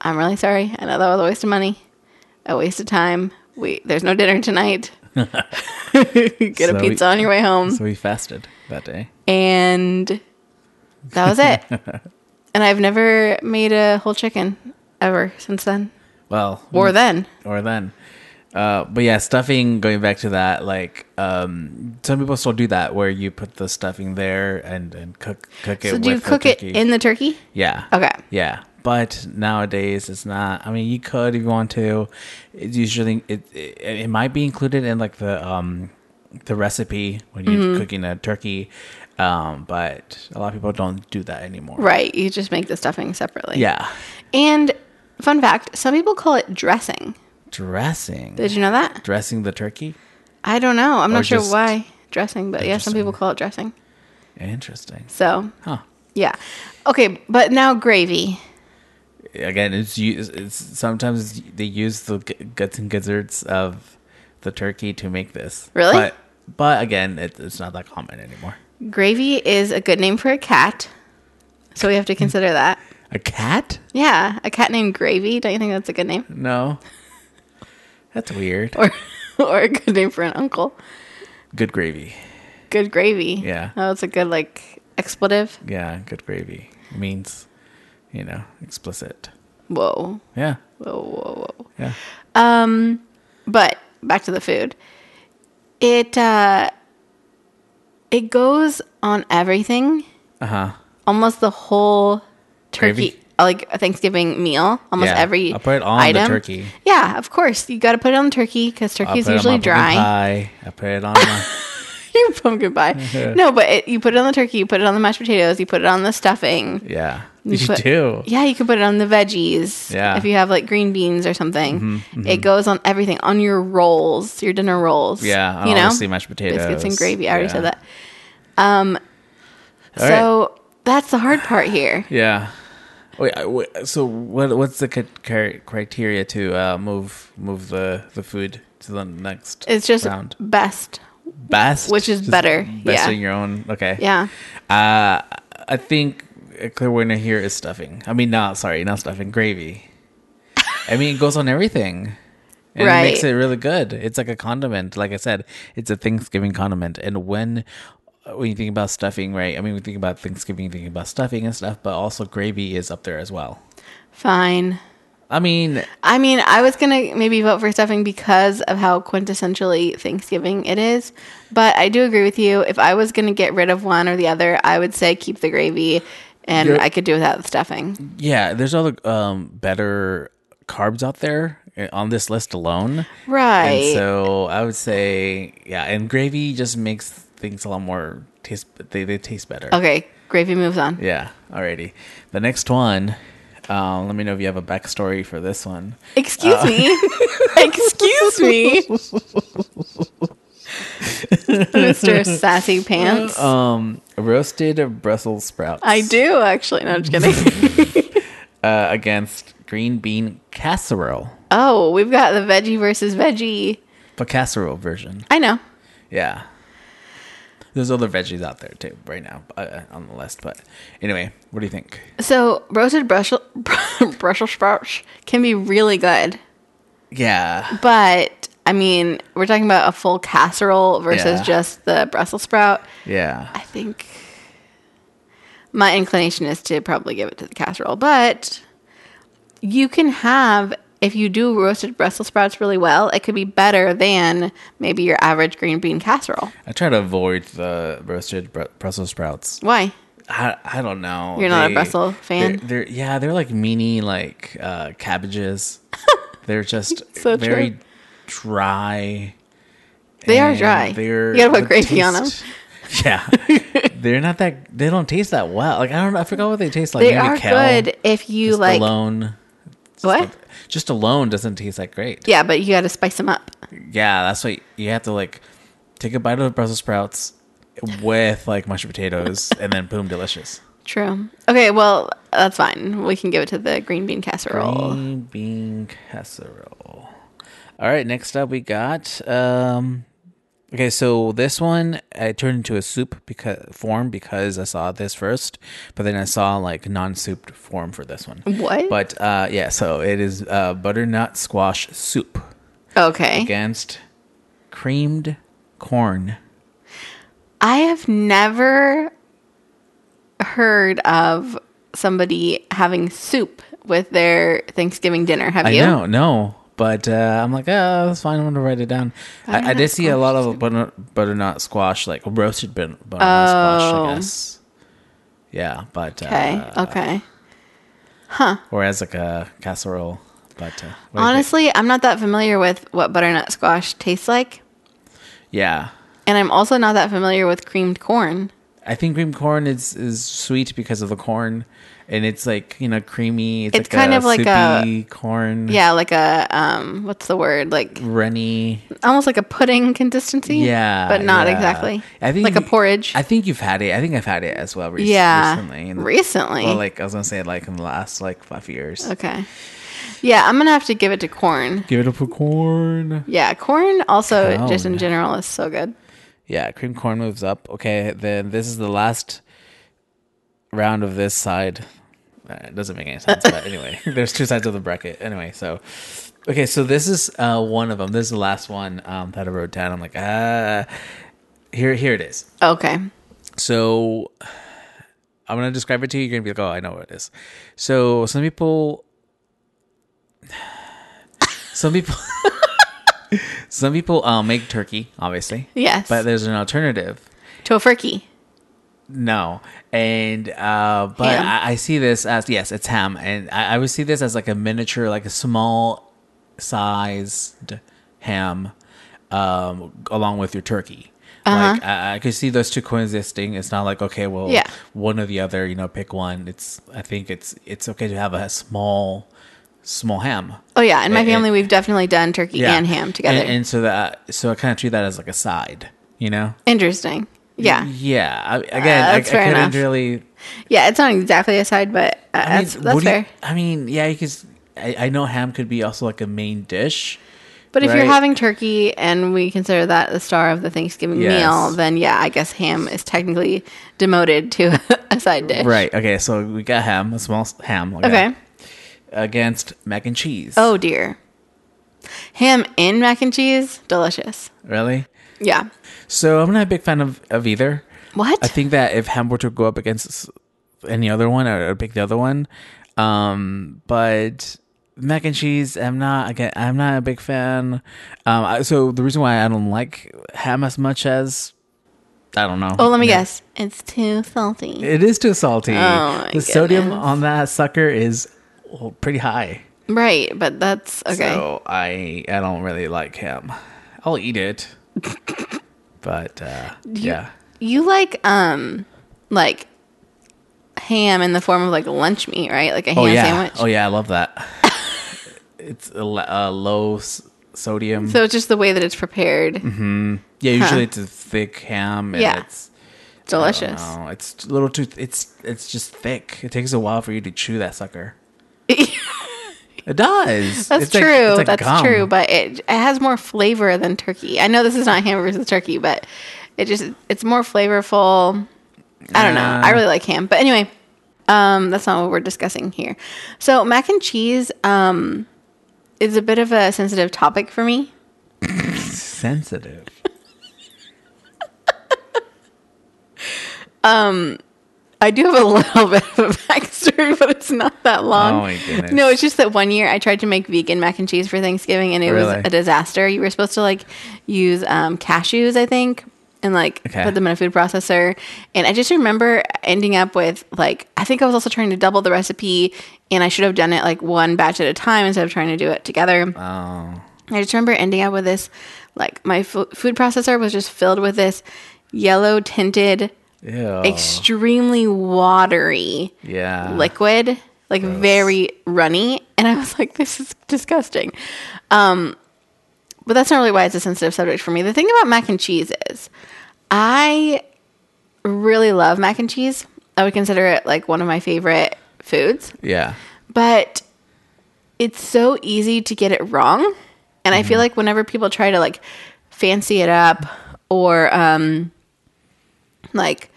[SPEAKER 2] I'm really sorry. I know that was a waste of money, a waste of time. We there's no
[SPEAKER 1] [LAUGHS]
[SPEAKER 2] dinner tonight. Get
[SPEAKER 1] So
[SPEAKER 2] a
[SPEAKER 1] we-
[SPEAKER 2] pizza on your way home.
[SPEAKER 1] So we fasted that day.
[SPEAKER 2] and that
[SPEAKER 1] [LAUGHS]
[SPEAKER 2] was it. and I've never made a whole chicken ever since then.
[SPEAKER 1] Well,
[SPEAKER 2] Or then.
[SPEAKER 1] or then. Uh, but yeah, stuffing. Going back to that, like um, some people still do that, where you put the stuffing there and and cook cook it.
[SPEAKER 2] So do you
[SPEAKER 1] with the
[SPEAKER 2] cook it
[SPEAKER 1] turkey.
[SPEAKER 2] in the turkey?
[SPEAKER 1] Yeah.
[SPEAKER 2] Okay.
[SPEAKER 1] Yeah, but nowadays it's not. I mean, you could if you want to. It's usually it it, it might be included in like the um the recipe when you're
[SPEAKER 2] Mm-hmm.
[SPEAKER 1] cooking a turkey, um. But a lot of people don't do that anymore.
[SPEAKER 2] Right. You just make the stuffing separately.
[SPEAKER 1] Yeah,
[SPEAKER 2] And fun fact, some people call it dressing.
[SPEAKER 1] dressing
[SPEAKER 2] Did you know that?
[SPEAKER 1] dressing the turkey.
[SPEAKER 2] I don't know. I'm
[SPEAKER 1] Or
[SPEAKER 2] not sure
[SPEAKER 1] just-
[SPEAKER 2] why dressing, but yeah, some people call it dressing.
[SPEAKER 1] Interesting.
[SPEAKER 2] So,
[SPEAKER 1] Huh.
[SPEAKER 2] yeah. Okay, but now gravy.
[SPEAKER 1] Again, it's, u- it's sometimes they use the g- guts and gizzards of the turkey to make this.
[SPEAKER 2] Really?
[SPEAKER 1] But, but again, it, it's not that common anymore.
[SPEAKER 2] Gravy is a good name for a cat. So we have [LAUGHS] to consider that.
[SPEAKER 1] A cat?
[SPEAKER 2] Yeah, a cat named Gravy. Don't you think that's a good name? [LAUGHS]
[SPEAKER 1] No. That's weird.
[SPEAKER 2] Or or a good name for an uncle.
[SPEAKER 1] Good gravy.
[SPEAKER 2] Good Gravy.
[SPEAKER 1] Yeah.
[SPEAKER 2] Oh, it's a good like expletive.
[SPEAKER 1] Yeah, good gravy means, you know, explicit.
[SPEAKER 2] Whoa.
[SPEAKER 1] Yeah,
[SPEAKER 2] Whoa, whoa, whoa.
[SPEAKER 1] yeah.
[SPEAKER 2] Um, but back to the food. It uh, it goes on everything.
[SPEAKER 1] Uh huh.
[SPEAKER 2] Almost the whole turkey,
[SPEAKER 1] Gravy?
[SPEAKER 2] like a Thanksgiving meal. Almost
[SPEAKER 1] Yeah,
[SPEAKER 2] every
[SPEAKER 1] I'll put it on the
[SPEAKER 2] item.
[SPEAKER 1] turkey.
[SPEAKER 2] Yeah, of course. You got to put it on the turkey because turkey is usually dry. [LAUGHS]
[SPEAKER 1] Pie. I put it on my.
[SPEAKER 2] you pumpkin pie.
[SPEAKER 1] [LAUGHS]
[SPEAKER 2] no, but it, you put it on the turkey. You put it on the mashed potatoes. You put it on the stuffing.
[SPEAKER 1] yeah.
[SPEAKER 2] You
[SPEAKER 1] You,
[SPEAKER 2] put-
[SPEAKER 1] do.
[SPEAKER 2] Yeah, you can put it on the veggies.
[SPEAKER 1] Yeah. Mm-hmm,
[SPEAKER 2] If you have like green beans or something, it goes on everything on your rolls, your dinner rolls.
[SPEAKER 1] Yeah, on
[SPEAKER 2] you know,
[SPEAKER 1] obviously mashed
[SPEAKER 2] biscuits and
[SPEAKER 1] potatoes.
[SPEAKER 2] gravy. I already
[SPEAKER 1] Yeah.
[SPEAKER 2] said that. Um,
[SPEAKER 1] All right.
[SPEAKER 2] so that's the hard part here.
[SPEAKER 1] Yeah. Wait, I- wait, so what? What's the cri- cri- criteria to uh, move move the, the food to the next?
[SPEAKER 2] It's just
[SPEAKER 1] round
[SPEAKER 2] best.
[SPEAKER 1] best,
[SPEAKER 2] which is
[SPEAKER 1] Just
[SPEAKER 2] better, yeah.
[SPEAKER 1] Besting your own. Okay.
[SPEAKER 2] Yeah.
[SPEAKER 1] Uh, I think a clear winner here is stuffing. I mean, not sorry, not stuffing, gravy. I mean, it goes on everything. And
[SPEAKER 2] Right.
[SPEAKER 1] it makes it really good. It's like a condiment. Like I said, it's a Thanksgiving condiment. And when when you think about stuffing, right? I mean, we think about Thanksgiving, thinking about stuffing and stuff, but also gravy is up there as well.
[SPEAKER 2] Fine.
[SPEAKER 1] I mean,
[SPEAKER 2] I mean, I was gonna maybe vote for stuffing because of how quintessentially Thanksgiving it is, but I do agree with you. If I was gonna get rid of one or the other, I would say keep the gravy, and
[SPEAKER 1] You're-
[SPEAKER 2] I could do without the stuffing.
[SPEAKER 1] yeah, there's other um, better carbs out there uh, on this list alone.
[SPEAKER 2] Right.
[SPEAKER 1] And so I would say, yeah, and gravy just makes things a lot more taste. They they taste better.
[SPEAKER 2] okay, gravy moves on.
[SPEAKER 1] Yeah. Alrighty. The next one. Um, let me know if you have a backstory for this one.
[SPEAKER 2] Excuse
[SPEAKER 1] Uh, [LAUGHS]
[SPEAKER 2] me. Excuse me. Mr. Sassy Pants.
[SPEAKER 1] Um, roasted Brussels sprouts.
[SPEAKER 2] I do actually. No, I'm just
[SPEAKER 1] [LAUGHS]
[SPEAKER 2] kidding.
[SPEAKER 1] uh, against green bean casserole,
[SPEAKER 2] oh, we've got the veggie versus veggie.
[SPEAKER 1] but casserole version.
[SPEAKER 2] I know.
[SPEAKER 1] Yeah. There's other veggies out there too right now uh, on the list, but anyway, what do you think?
[SPEAKER 2] So roasted [LAUGHS] Brussels Brussels sprouts can be really good,
[SPEAKER 1] Yeah.
[SPEAKER 2] but I mean, we're talking about a full casserole versus
[SPEAKER 1] Yeah.
[SPEAKER 2] just the Brussels sprout.
[SPEAKER 1] Yeah.
[SPEAKER 2] I think my inclination is to probably give it to the casserole, but you can have if you do roasted Brussels sprouts really well, it could be better than maybe your average green bean casserole.
[SPEAKER 1] I try to avoid the roasted br- Brussels sprouts.
[SPEAKER 2] Why?
[SPEAKER 1] I, I don't know.
[SPEAKER 2] You're not a Brussels fan?
[SPEAKER 1] They're, they're- yeah, they're like mini like uh,
[SPEAKER 2] [LAUGHS]
[SPEAKER 1] cabbages. they're just
[SPEAKER 2] So true.
[SPEAKER 1] very dry.
[SPEAKER 2] They are
[SPEAKER 1] and
[SPEAKER 2] dry.
[SPEAKER 1] They're
[SPEAKER 2] You gotta put
[SPEAKER 1] the
[SPEAKER 2] gravy on 'em.
[SPEAKER 1] taste- [LAUGHS] Yeah,
[SPEAKER 2] [LAUGHS]
[SPEAKER 1] they're not that. They don't taste that well. Like I don't. know. I forgot what they taste like.
[SPEAKER 2] They
[SPEAKER 1] Maybe
[SPEAKER 2] are
[SPEAKER 1] kale,
[SPEAKER 2] good if you
[SPEAKER 1] just
[SPEAKER 2] like
[SPEAKER 1] alone. Just
[SPEAKER 2] what?
[SPEAKER 1] like- just alone doesn't taste that great.
[SPEAKER 2] Yeah, but you got to spice them up.
[SPEAKER 1] Yeah, that's why you have to like take a bite of Brussels sprouts with like mashed potatoes, and then boom, delicious.
[SPEAKER 2] True. Okay, well, that's fine. We can give it to the green bean casserole.
[SPEAKER 1] Green bean casserole. All right, next up we got um okay, so this one I turned into a soup because form because I saw this first, but then I saw like non-souped form for this one.
[SPEAKER 2] What?
[SPEAKER 1] But uh yeah, so it is uh butternut squash soup
[SPEAKER 2] Okay.
[SPEAKER 1] against creamed corn.
[SPEAKER 2] I have never heard of somebody having soup with their Thanksgiving dinner. Have
[SPEAKER 1] I
[SPEAKER 2] you?
[SPEAKER 1] know, no. But uh, I'm like, oh, that's fine. I'm gonna write it down. I, I
[SPEAKER 2] Butternut
[SPEAKER 1] did see a lot
[SPEAKER 2] squash
[SPEAKER 1] of butternut, butternut squash, like roasted bun- butternut squash,
[SPEAKER 2] Oh.
[SPEAKER 1] I guess. Yeah, but
[SPEAKER 2] Okay.
[SPEAKER 1] uh,
[SPEAKER 2] okay.
[SPEAKER 1] or as like a casserole. But uh, what do you think?
[SPEAKER 2] Honestly, I'm not that familiar with what butternut squash tastes like,
[SPEAKER 1] yeah,
[SPEAKER 2] and I'm also not that familiar with creamed corn.
[SPEAKER 1] I think cream corn is is sweet because of the corn, and it's like you know creamy. It's,
[SPEAKER 2] It's
[SPEAKER 1] like
[SPEAKER 2] kind
[SPEAKER 1] a
[SPEAKER 2] of like a-
[SPEAKER 1] soupy corn.
[SPEAKER 2] Yeah, like a um, what's the word? Like
[SPEAKER 1] runny.
[SPEAKER 2] almost like a pudding consistency.
[SPEAKER 1] Yeah,
[SPEAKER 2] but not
[SPEAKER 1] yeah.
[SPEAKER 2] exactly. like a
[SPEAKER 1] you-
[SPEAKER 2] porridge.
[SPEAKER 1] I think you've had it. I think I've had it as well. Re-
[SPEAKER 2] yeah,
[SPEAKER 1] recently. in the-
[SPEAKER 2] recently.
[SPEAKER 1] Well, like I was gonna say, like in the last like five years.
[SPEAKER 2] okay, yeah, I'm gonna have to give it to corn.
[SPEAKER 1] Give it up for corn.
[SPEAKER 2] Yeah, corn also just in
[SPEAKER 1] Corn.
[SPEAKER 2] general is so good.
[SPEAKER 1] Yeah, cream corn moves up. Okay, then this is the last round of this side. Uh, It doesn't make any sense, but anyway, [LAUGHS] there's two sides of the bracket. Anyway, so okay, so this is uh, one of them. This is the last one um, that I wrote down. I'm like, ah, here, here it is.
[SPEAKER 2] Okay.
[SPEAKER 1] So I'm gonna describe it to you. You're gonna be like, oh, I know what it is. So some people, some people, [LAUGHS] some people uh, make turkey, obviously.
[SPEAKER 2] Yes.
[SPEAKER 1] But there's an alternative.
[SPEAKER 2] Tofurkey.
[SPEAKER 1] No, and uh, but
[SPEAKER 2] Ham.
[SPEAKER 1] I, I see this as yes, it's ham, and I, I would see this as like a miniature, like a small sized ham, um, along with your turkey. Like I, I could see those two coexisting. It's not like okay, well,
[SPEAKER 2] Uh-huh. Yeah.
[SPEAKER 1] one or the other. You know, pick one. It's I think it's it's okay to have a small, small ham.
[SPEAKER 2] Oh yeah, in my
[SPEAKER 1] And-
[SPEAKER 2] family we've definitely done turkey
[SPEAKER 1] Yeah.
[SPEAKER 2] and ham together.
[SPEAKER 1] and, and so that so I kind of treat that as like a side. You know.
[SPEAKER 2] Interesting. Yeah. Uh,
[SPEAKER 1] Yeah. I, again, I, I
[SPEAKER 2] that's fair
[SPEAKER 1] couldn't
[SPEAKER 2] enough.
[SPEAKER 1] really
[SPEAKER 2] Yeah, it's not exactly a side, but
[SPEAKER 1] I
[SPEAKER 2] uh,
[SPEAKER 1] mean,
[SPEAKER 2] that's that's
[SPEAKER 1] what do you-
[SPEAKER 2] fair.
[SPEAKER 1] I mean, yeah, you could. s- I, I know ham could be also like a main dish.
[SPEAKER 2] but if you're
[SPEAKER 1] right.
[SPEAKER 2] having turkey and we consider that the star of the Thanksgiving
[SPEAKER 1] Yes.
[SPEAKER 2] meal, then yeah, I guess ham is technically demoted to [LAUGHS] a side dish.
[SPEAKER 1] Right. Okay. So we got ham, a small s- ham. like
[SPEAKER 2] Okay.
[SPEAKER 1] that, Against mac and cheese.
[SPEAKER 2] Oh dear. Ham in mac and cheese, delicious.
[SPEAKER 1] really?
[SPEAKER 2] Yeah.
[SPEAKER 1] So I'm not a big fan of, of either.
[SPEAKER 2] What?
[SPEAKER 1] I think that if ham were to go up against s- any other one, I would pick the other one. Um, but mac and cheese, I'm not again. I'm not a big fan. Um, I, so the reason why I don't like ham as much as I don't know.
[SPEAKER 2] oh, let me
[SPEAKER 1] Yeah.
[SPEAKER 2] guess. It's too salty.
[SPEAKER 1] It is too salty.
[SPEAKER 2] Oh my
[SPEAKER 1] the sodium
[SPEAKER 2] goodness.
[SPEAKER 1] on that sucker is well, pretty high.
[SPEAKER 2] right, but that's okay.
[SPEAKER 1] So I I don't really like him. I'll eat
[SPEAKER 2] [LAUGHS]
[SPEAKER 1] it. but uh, yeah.
[SPEAKER 2] You like um like ham in the form of like lunch meat, right? Like a ham
[SPEAKER 1] Oh yeah.
[SPEAKER 2] sandwich.
[SPEAKER 1] Oh yeah, I love
[SPEAKER 2] [LAUGHS]
[SPEAKER 1] that. it's a, l- a low s- sodium.
[SPEAKER 2] So it's just the way that it's prepared.
[SPEAKER 1] Mm-hmm. yeah, usually it's a thick ham and
[SPEAKER 2] Yeah.
[SPEAKER 1] it's I don't
[SPEAKER 2] Delicious.
[SPEAKER 1] know, it's a little too it's it's just thick. It takes a while for you to chew that
[SPEAKER 2] [LAUGHS]
[SPEAKER 1] sucker. It does.
[SPEAKER 2] That's
[SPEAKER 1] It's like-
[SPEAKER 2] true.
[SPEAKER 1] it's like
[SPEAKER 2] That's
[SPEAKER 1] gum.
[SPEAKER 2] true, but it it has more flavor than turkey. I know this is not ham versus turkey, but it just it's more flavorful. I don't know.
[SPEAKER 1] Yeah.
[SPEAKER 2] I really like ham. But anyway, um that's not what we're discussing here. So mac and cheese um is a bit of a sensitive topic for me.
[SPEAKER 1] sensitive.
[SPEAKER 2] I do have a [LAUGHS] little bit of a backstory, but it's not that long.
[SPEAKER 1] Oh, my goodness.
[SPEAKER 2] No, it's just that one year I tried to make vegan mac and cheese for Thanksgiving, and it was
[SPEAKER 1] Really?
[SPEAKER 2] a disaster. You were supposed to like use um, cashews, I think, and like
[SPEAKER 1] Okay.
[SPEAKER 2] put them in a food processor. And I just remember ending up with like I think I was also trying to double the recipe, and I should have done it like one batch at a time instead of trying to do it together.
[SPEAKER 1] Oh.
[SPEAKER 2] I just remember ending up with this, like my fu- food processor was just filled with this yellow tinted
[SPEAKER 1] Ew.
[SPEAKER 2] extremely watery
[SPEAKER 1] yeah.
[SPEAKER 2] liquid, like very runny. And I was like, this is disgusting. Um, but that's not really why it's a sensitive subject for me. The thing about mac and cheese is I really love mac and cheese. I would consider it like one of my favorite foods,
[SPEAKER 1] Yeah.
[SPEAKER 2] but it's so easy to get it wrong. And I feel like whenever people try to like fancy it up or um like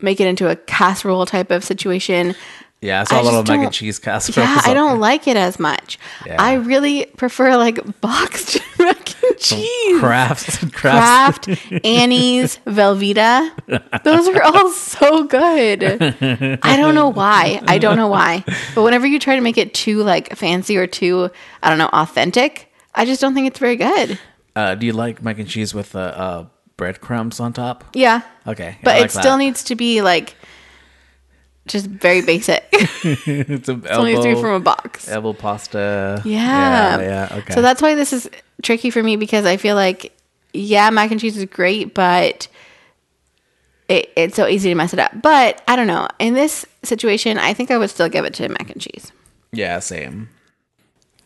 [SPEAKER 2] make it into a casserole type of situation,
[SPEAKER 1] Yeah, I saw
[SPEAKER 2] I
[SPEAKER 1] a little
[SPEAKER 2] just
[SPEAKER 1] mac and
[SPEAKER 2] don't-
[SPEAKER 1] cheese casserole.
[SPEAKER 2] yeah, I don't like it as much.
[SPEAKER 1] Yeah.
[SPEAKER 2] I really prefer like [LAUGHS] boxed mac and
[SPEAKER 1] [LAUGHS]
[SPEAKER 2] cheese. [LAUGHS]
[SPEAKER 1] Crafts, crafts. [LAUGHS]
[SPEAKER 2] Kraft, Annie's, Velveeta. Those are all so good. I don't know why. I don't know why. But whenever you try to make it too like fancy or too, I don't know, authentic, I just don't think it's very good.
[SPEAKER 1] Uh, do you like mac and cheese with uh, uh, breadcrumbs on top?
[SPEAKER 2] Yeah.
[SPEAKER 1] Okay,
[SPEAKER 2] But
[SPEAKER 1] I like
[SPEAKER 2] it still
[SPEAKER 1] [LAUGHS] that.
[SPEAKER 2] needs to be like just very basic. [LAUGHS] it
[SPEAKER 1] it's an
[SPEAKER 2] still needs to be
[SPEAKER 1] elbow,
[SPEAKER 2] from a
[SPEAKER 1] [LAUGHS]
[SPEAKER 2] box.
[SPEAKER 1] elbow pasta.
[SPEAKER 2] Yeah.
[SPEAKER 1] yeah, yeah, Okay.
[SPEAKER 2] So that's why this is tricky for me because I feel like, yeah, mac and cheese is great, but it, it's so easy to mess it up. But I don't know. In this situation, I think I would still give it to mac and cheese.
[SPEAKER 1] yeah, same.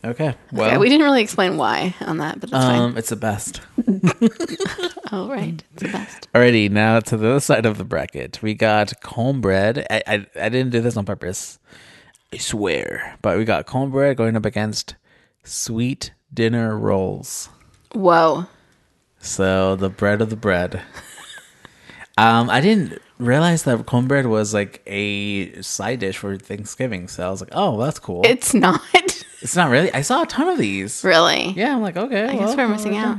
[SPEAKER 1] Okay. Well,
[SPEAKER 2] Okay, we didn't really explain why on that, but that's
[SPEAKER 1] um, it's the best.
[SPEAKER 2] fine. Oh, right. It's the best.
[SPEAKER 1] Alrighty, now to the other side of the bracket. We got cornbread. I, I I didn't do this on purpose. I swear. But we got cornbread going up against sweet dinner rolls.
[SPEAKER 2] Whoa.
[SPEAKER 1] So the bread of the bread. [LAUGHS] Um, I didn't realize that cornbread was like a side dish for Thanksgiving. So I was like, oh, that's cool.
[SPEAKER 2] It's not [LAUGHS]
[SPEAKER 1] it's not really. I saw a ton of these.
[SPEAKER 2] really.
[SPEAKER 1] Yeah, I'm like, okay.
[SPEAKER 2] I guess we're missing out.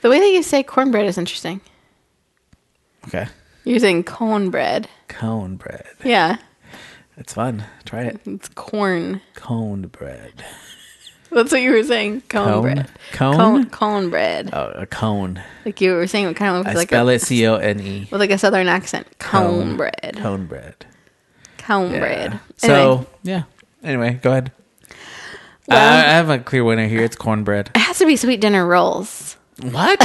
[SPEAKER 2] The way that you say cornbread is interesting.
[SPEAKER 1] Okay.
[SPEAKER 2] You're saying cornbread.
[SPEAKER 1] Cone bread.
[SPEAKER 2] Yeah,
[SPEAKER 1] It's fun. Try it.
[SPEAKER 2] it's corn.
[SPEAKER 1] Cone bread.
[SPEAKER 2] That's what you were saying. Cornbread.
[SPEAKER 1] Cone?
[SPEAKER 2] Corn, cornbread.
[SPEAKER 1] Oh, a cone.
[SPEAKER 2] Like you were saying, it kind of
[SPEAKER 1] I
[SPEAKER 2] with like
[SPEAKER 1] spell
[SPEAKER 2] a,
[SPEAKER 1] it C O N
[SPEAKER 2] [LAUGHS]
[SPEAKER 1] E.
[SPEAKER 2] with like a southern accent.
[SPEAKER 1] Cone.
[SPEAKER 2] Cornbread.
[SPEAKER 1] Cone bread.
[SPEAKER 2] Cornbread.
[SPEAKER 1] Yeah.
[SPEAKER 2] Anyway,
[SPEAKER 1] So yeah. Anyway, go ahead. I-
[SPEAKER 2] Well-
[SPEAKER 1] I have a clear winner here. It's cornbread.
[SPEAKER 2] [LAUGHS] it has to be sweet dinner rolls.
[SPEAKER 1] What?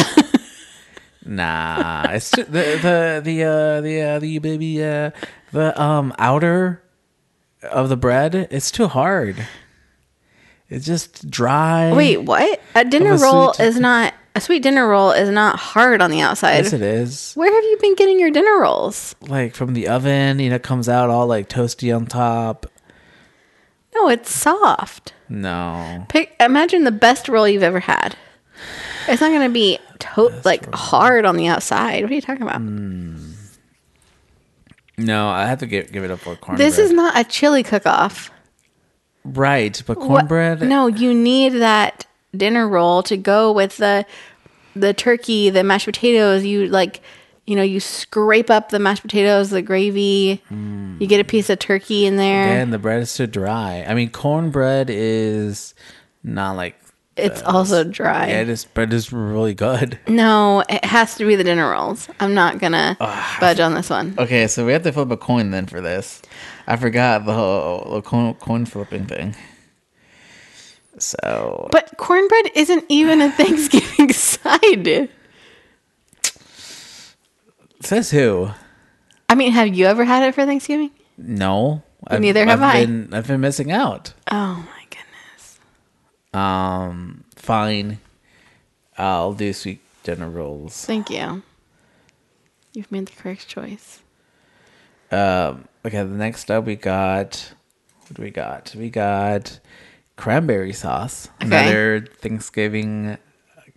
[SPEAKER 1] [LAUGHS] nah, it's ju- the the the uh, the uh, the baby uh, the um outer of the bread. It's too hard. It's just dry.
[SPEAKER 2] Wait, what? A dinner
[SPEAKER 1] Of a
[SPEAKER 2] roll
[SPEAKER 1] sweet-
[SPEAKER 2] is not a sweet dinner roll is not hard on the outside.
[SPEAKER 1] yes, it is.
[SPEAKER 2] Where have you been getting your dinner rolls?
[SPEAKER 1] Like from the oven, you know, comes out all like toasty on top.
[SPEAKER 2] No, it's soft.
[SPEAKER 1] No,
[SPEAKER 2] Pick, imagine the best roll you've ever had. It's not going to be to- like hard on the outside. What are you talking about?
[SPEAKER 1] Mm, no, I have to give give it up for cornbread.
[SPEAKER 2] this is not a chili cook-off.
[SPEAKER 1] right, but
[SPEAKER 2] What-
[SPEAKER 1] cornbread.
[SPEAKER 2] No, you need that dinner roll to go with the the turkey, the mashed potatoes. You like, you know, you scrape up the mashed potatoes, the gravy.
[SPEAKER 1] Mm.
[SPEAKER 2] You get a piece of turkey in there.
[SPEAKER 1] And the bread is too dry. I mean, cornbread is not like
[SPEAKER 2] it's also dry.
[SPEAKER 1] yeah, it is, but it's really good.
[SPEAKER 2] no, it has to be the dinner rolls. I'm not gonna budge on this one.
[SPEAKER 1] Okay, so we have to flip a coin then for this. I forgot the whole the coin, coin flipping thing. So
[SPEAKER 2] But cornbread isn't even a [LAUGHS] Thanksgiving side.
[SPEAKER 1] says who?
[SPEAKER 2] I mean, have you ever had it for Thanksgiving?
[SPEAKER 1] No, I've-
[SPEAKER 2] Neither have
[SPEAKER 1] I've
[SPEAKER 2] I.
[SPEAKER 1] Been, I've been missing out.
[SPEAKER 2] Oh my goodness.
[SPEAKER 1] Um, fine, I'll do sweet dinner rolls.
[SPEAKER 2] Thank you. You've made the correct choice.
[SPEAKER 1] Um, okay, the next up we got what do we got? We got cranberry sauce,
[SPEAKER 2] Okay.
[SPEAKER 1] another Thanksgiving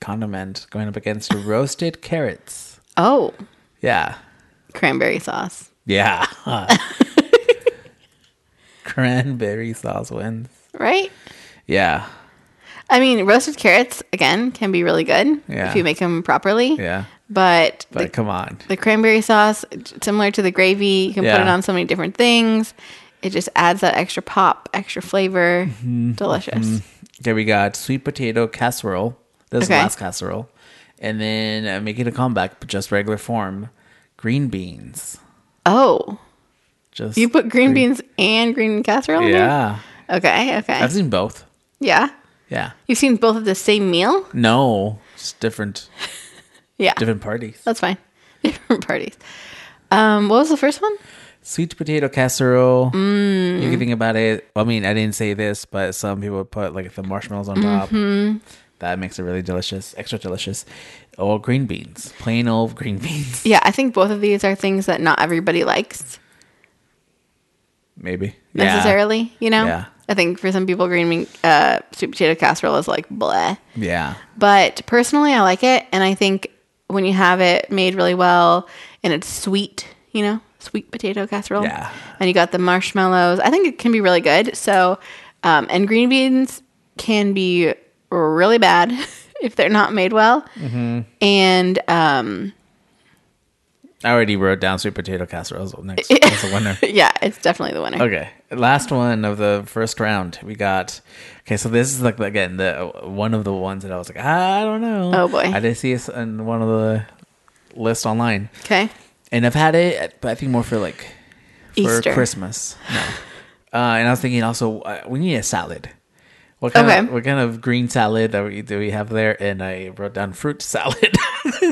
[SPEAKER 1] condiment going up against roasted carrots.
[SPEAKER 2] Oh,
[SPEAKER 1] Yeah.
[SPEAKER 2] cranberry sauce. [LAUGHS]
[SPEAKER 1] Yeah. Cranberry sauce wins.
[SPEAKER 2] Right?
[SPEAKER 1] Yeah.
[SPEAKER 2] I mean, roasted carrots, again, can be really good
[SPEAKER 1] Yeah.
[SPEAKER 2] if you make them properly.
[SPEAKER 1] Yeah.
[SPEAKER 2] But,
[SPEAKER 1] But
[SPEAKER 2] the,
[SPEAKER 1] come on.
[SPEAKER 2] the cranberry sauce, similar to the gravy, you can put
[SPEAKER 1] Yeah.
[SPEAKER 2] it on so many different things. It just adds that extra pop, extra flavor.
[SPEAKER 1] Mm-hmm.
[SPEAKER 2] Delicious.
[SPEAKER 1] Okay, we got sweet potato casserole. This is the
[SPEAKER 2] Okay.
[SPEAKER 1] last casserole. And then uh, making a comeback, but just regular form, green beans.
[SPEAKER 2] Oh,
[SPEAKER 1] Just
[SPEAKER 2] you put green beans and green casserole in there?
[SPEAKER 1] Yeah.
[SPEAKER 2] Okay, okay.
[SPEAKER 1] I've seen both.
[SPEAKER 2] yeah.
[SPEAKER 1] Yeah.
[SPEAKER 2] You've seen both of the same meal?
[SPEAKER 1] No, it's different
[SPEAKER 2] Yeah.
[SPEAKER 1] different parties.
[SPEAKER 2] That's fine. [LAUGHS] Different parties. Um, what was the first one?
[SPEAKER 1] Sweet potato casserole. You
[SPEAKER 2] Mm.
[SPEAKER 1] can think about it. I mean, I didn't say this, but some people put like the marshmallows on
[SPEAKER 2] Mm-hmm.
[SPEAKER 1] top. That makes it really delicious, extra delicious. Or green beans, plain old green [LAUGHS] beans,
[SPEAKER 2] Yeah, I think both of these are things that not everybody likes
[SPEAKER 1] maybe Yeah.
[SPEAKER 2] necessarily. You know,
[SPEAKER 1] Yeah.
[SPEAKER 2] I think for some people, green bean uh, sweet potato casserole is like bleh.
[SPEAKER 1] Yeah,
[SPEAKER 2] But personally, I like it, and I think when you have it made really well and it's sweet, you know, sweet potato casserole,
[SPEAKER 1] Yeah.
[SPEAKER 2] and you got the marshmallows, I think it can be really good. So, um, and green beans can be really bad [LAUGHS] if they're not made well,
[SPEAKER 1] Mm-hmm.
[SPEAKER 2] and um, [LAUGHS]
[SPEAKER 1] I already wrote down sweet potato casserole as the next as a winner.
[SPEAKER 2] yeah, it's definitely the winner.
[SPEAKER 1] Okay, last one of the first round. We got okay. So this is like again the one of the ones that I was like, "Ah, I don't know.
[SPEAKER 2] Oh, boy.
[SPEAKER 1] I did see this on one of the lists online.
[SPEAKER 2] Okay.
[SPEAKER 1] and I've had it, but I think more for like for
[SPEAKER 2] Easter.
[SPEAKER 1] Christmas.
[SPEAKER 2] [LAUGHS]
[SPEAKER 1] No, uh, and I was thinking also uh, we need a salad. What kind of
[SPEAKER 2] Okay.
[SPEAKER 1] what kind of green salad that we do we have there? And I wrote down fruit
[SPEAKER 2] [LAUGHS]
[SPEAKER 1] salad. [LAUGHS] you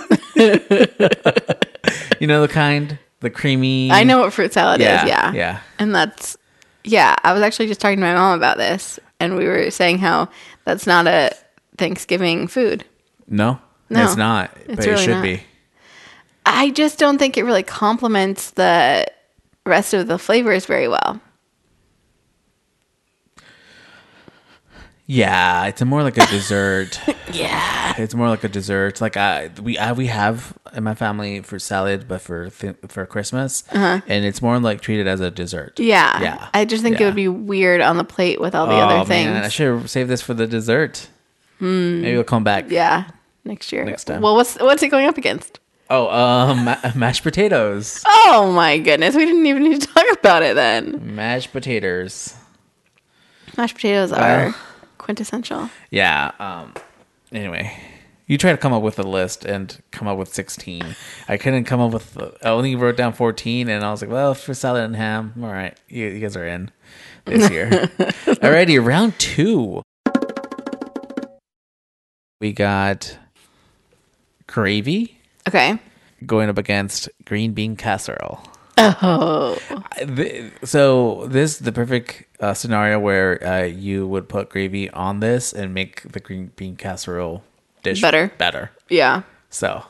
[SPEAKER 1] know the kind, the creamy.
[SPEAKER 2] I know what fruit salad
[SPEAKER 1] Yeah,
[SPEAKER 2] is. Yeah.
[SPEAKER 1] yeah.
[SPEAKER 2] And that's, yeah, I was actually just talking to my mom about this, and we were saying how that's not a Thanksgiving food.
[SPEAKER 1] No,
[SPEAKER 2] No,
[SPEAKER 1] it's not, but it
[SPEAKER 2] really
[SPEAKER 1] should
[SPEAKER 2] not.
[SPEAKER 1] be.
[SPEAKER 2] I just don't think it really complements the rest of the flavors very well.
[SPEAKER 1] Yeah, it's more like a dessert.
[SPEAKER 2] Yeah. [LAUGHS]
[SPEAKER 1] it's more like a dessert. Like I uh, we I, we have in my family for salad, but for th- for Christmas, and it's more like treated as a dessert.
[SPEAKER 2] Uh-huh. Yeah.
[SPEAKER 1] yeah.
[SPEAKER 2] I just think it
[SPEAKER 1] Yeah. Oh,
[SPEAKER 2] would be weird on the plate with all the other things. Hmm.
[SPEAKER 1] I should save this for the dessert. Maybe we'll come back.
[SPEAKER 2] yeah. Next year.
[SPEAKER 1] Next time.
[SPEAKER 2] Well, what's what's it going up against?
[SPEAKER 1] Oh, um, [LAUGHS] ma- mashed potatoes,
[SPEAKER 2] Oh my goodness. We didn't even need to talk about it then.
[SPEAKER 1] mashed potatoes.
[SPEAKER 2] Mashed potatoes
[SPEAKER 1] Uh.
[SPEAKER 2] are quintessential.
[SPEAKER 1] Yeah. Um. Anyway, you try to come up with a list and come up with sixteen. I couldn't come up with. I only wrote down fourteen, and I was like, "Well, for salad and ham, all right, you, you guys are in this year." Alrighty, round two. We got gravy
[SPEAKER 2] Okay.
[SPEAKER 1] going up against green bean casserole.
[SPEAKER 2] Oh.
[SPEAKER 1] I- th- so this the perfect uh, scenario where uh, you would put gravy on this and make the green bean casserole dish
[SPEAKER 2] Better.
[SPEAKER 1] Better.
[SPEAKER 2] Yeah.
[SPEAKER 1] So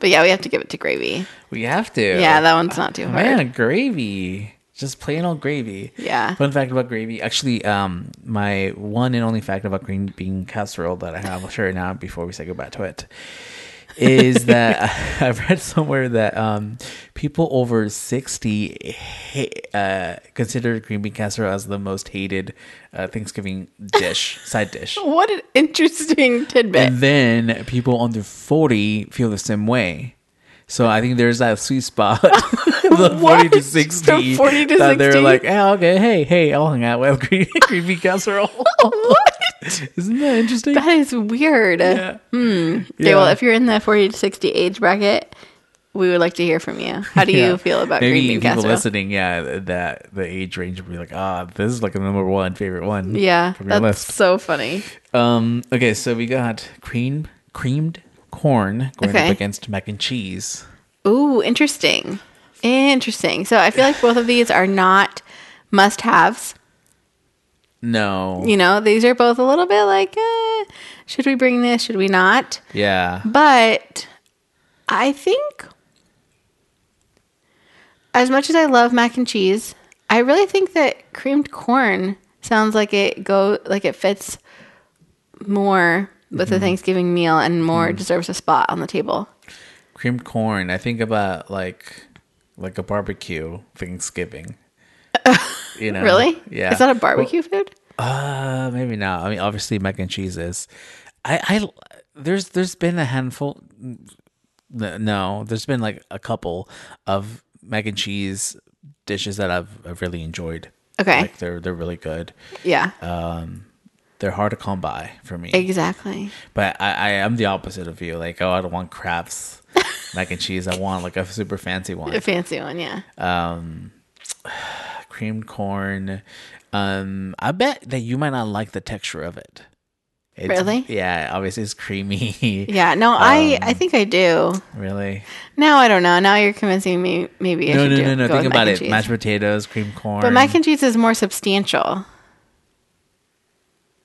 [SPEAKER 2] But yeah, we have to give it to gravy.
[SPEAKER 1] we have to.
[SPEAKER 2] Yeah, that one's not too hard.
[SPEAKER 1] Ah, man, gravy. Just plain old gravy.
[SPEAKER 2] Yeah.
[SPEAKER 1] Fun fact about gravy. Actually, um, my one and only fact about green bean casserole that I have, I'll share it now before we say goodbye to it,
[SPEAKER 2] [LAUGHS]
[SPEAKER 1] is that [LAUGHS] I've read somewhere that um, people over 60 ha- uh, consider green bean casserole as the most hated uh, Thanksgiving dish, side dish.
[SPEAKER 2] What an interesting [LAUGHS] tidbit.
[SPEAKER 1] And then people under 40 feel the same way. So I think there's that sweet spot. [LAUGHS] the 40
[SPEAKER 2] What? The
[SPEAKER 1] to 60.
[SPEAKER 2] 40 to
[SPEAKER 1] that They're
[SPEAKER 2] 60?
[SPEAKER 1] like, oh, okay, hey, hey, I'll hang out with [LAUGHS] Green, green Bean Casserole.
[SPEAKER 2] [LAUGHS] what?
[SPEAKER 1] Isn't that interesting?
[SPEAKER 2] That is weird.
[SPEAKER 1] yeah.
[SPEAKER 2] Okay, well,
[SPEAKER 1] Yeah.
[SPEAKER 2] if you're in the 40 to 60 age bracket, we would like to hear from you. How
[SPEAKER 1] [LAUGHS]
[SPEAKER 2] do
[SPEAKER 1] Yeah.
[SPEAKER 2] you feel about
[SPEAKER 1] Maybe
[SPEAKER 2] green bean
[SPEAKER 1] people
[SPEAKER 2] casserole?
[SPEAKER 1] listening, yeah, th- that the age range would be like, ah, this is like the number one favorite one.
[SPEAKER 2] Yeah,
[SPEAKER 1] from your
[SPEAKER 2] that's
[SPEAKER 1] list.
[SPEAKER 2] so funny.
[SPEAKER 1] Um, okay, so we got cream, creamed corn going
[SPEAKER 2] Okay.
[SPEAKER 1] up against mac and cheese.
[SPEAKER 2] Ooh, interesting. Interesting. So I feel like both of these are not must haves.
[SPEAKER 1] No.
[SPEAKER 2] You know, these are both a little bit like, eh, should we bring this? Should we not?
[SPEAKER 1] Yeah.
[SPEAKER 2] But I think, as much as I love mac and cheese, I really think that creamed corn sounds like it go like it fits more with
[SPEAKER 1] Mm-hmm.
[SPEAKER 2] the Thanksgiving meal and more deserves a spot on the table.
[SPEAKER 1] creamed corn. I think about like like a barbecue Thanksgiving. You
[SPEAKER 2] [LAUGHS]
[SPEAKER 1] know,
[SPEAKER 2] Really?
[SPEAKER 1] Yeah.
[SPEAKER 2] Is that a barbecue food?
[SPEAKER 1] Uh, maybe not. I mean, obviously mac and cheese is. I I there's there's been a handful. n- No, there's been like a couple of mac and cheese dishes that I've, I've really enjoyed.
[SPEAKER 2] Okay.
[SPEAKER 1] Like uh, they're they're really good.
[SPEAKER 2] yeah.
[SPEAKER 1] They're hard to come by for me.
[SPEAKER 2] exactly.
[SPEAKER 1] But I, I am the opposite of you. Like, oh, I don't want
[SPEAKER 2] [LAUGHS]
[SPEAKER 1] crabs mac and cheese. I want like uh, a super fancy one. Um,
[SPEAKER 2] A fancy one, yeah.
[SPEAKER 1] [SIGHS] creamed corn. Um, I bet that you might not like the texture of it. It's,
[SPEAKER 2] Really?
[SPEAKER 1] Yeah, obviously it's creamy.
[SPEAKER 2] [LAUGHS]
[SPEAKER 1] [LAUGHS]
[SPEAKER 2] Yeah. No, I I think I do.
[SPEAKER 1] really?
[SPEAKER 2] Now I don't know. Now you're convincing me. Maybe I
[SPEAKER 1] No,
[SPEAKER 2] should
[SPEAKER 1] no,
[SPEAKER 2] do,
[SPEAKER 1] no, no.
[SPEAKER 2] go with
[SPEAKER 1] Think
[SPEAKER 2] mac
[SPEAKER 1] about
[SPEAKER 2] and
[SPEAKER 1] it.
[SPEAKER 2] cheese.
[SPEAKER 1] Mashed potatoes, creamed corn.
[SPEAKER 2] But mac and cheese is more substantial.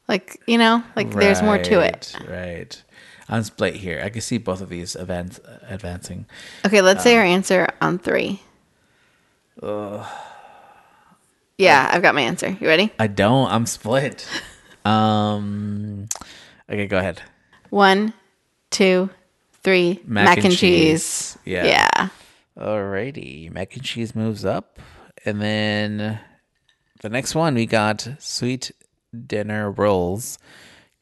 [SPEAKER 2] Like, you know, like there's more to it.
[SPEAKER 1] Right, Right. I'm split here. I can see both of these advance, advancing.
[SPEAKER 2] Okay, let's say our answer on three. yeah, I've got my answer. You ready?
[SPEAKER 1] I don't. I'm
[SPEAKER 2] [LAUGHS]
[SPEAKER 1] split. um. Okay, go ahead.
[SPEAKER 2] One, two, three. Mac, and, cheese.
[SPEAKER 1] Yeah.
[SPEAKER 2] Yeah.
[SPEAKER 1] Alrighty, mac and cheese moves up, and then the next one we got sweet dinner rolls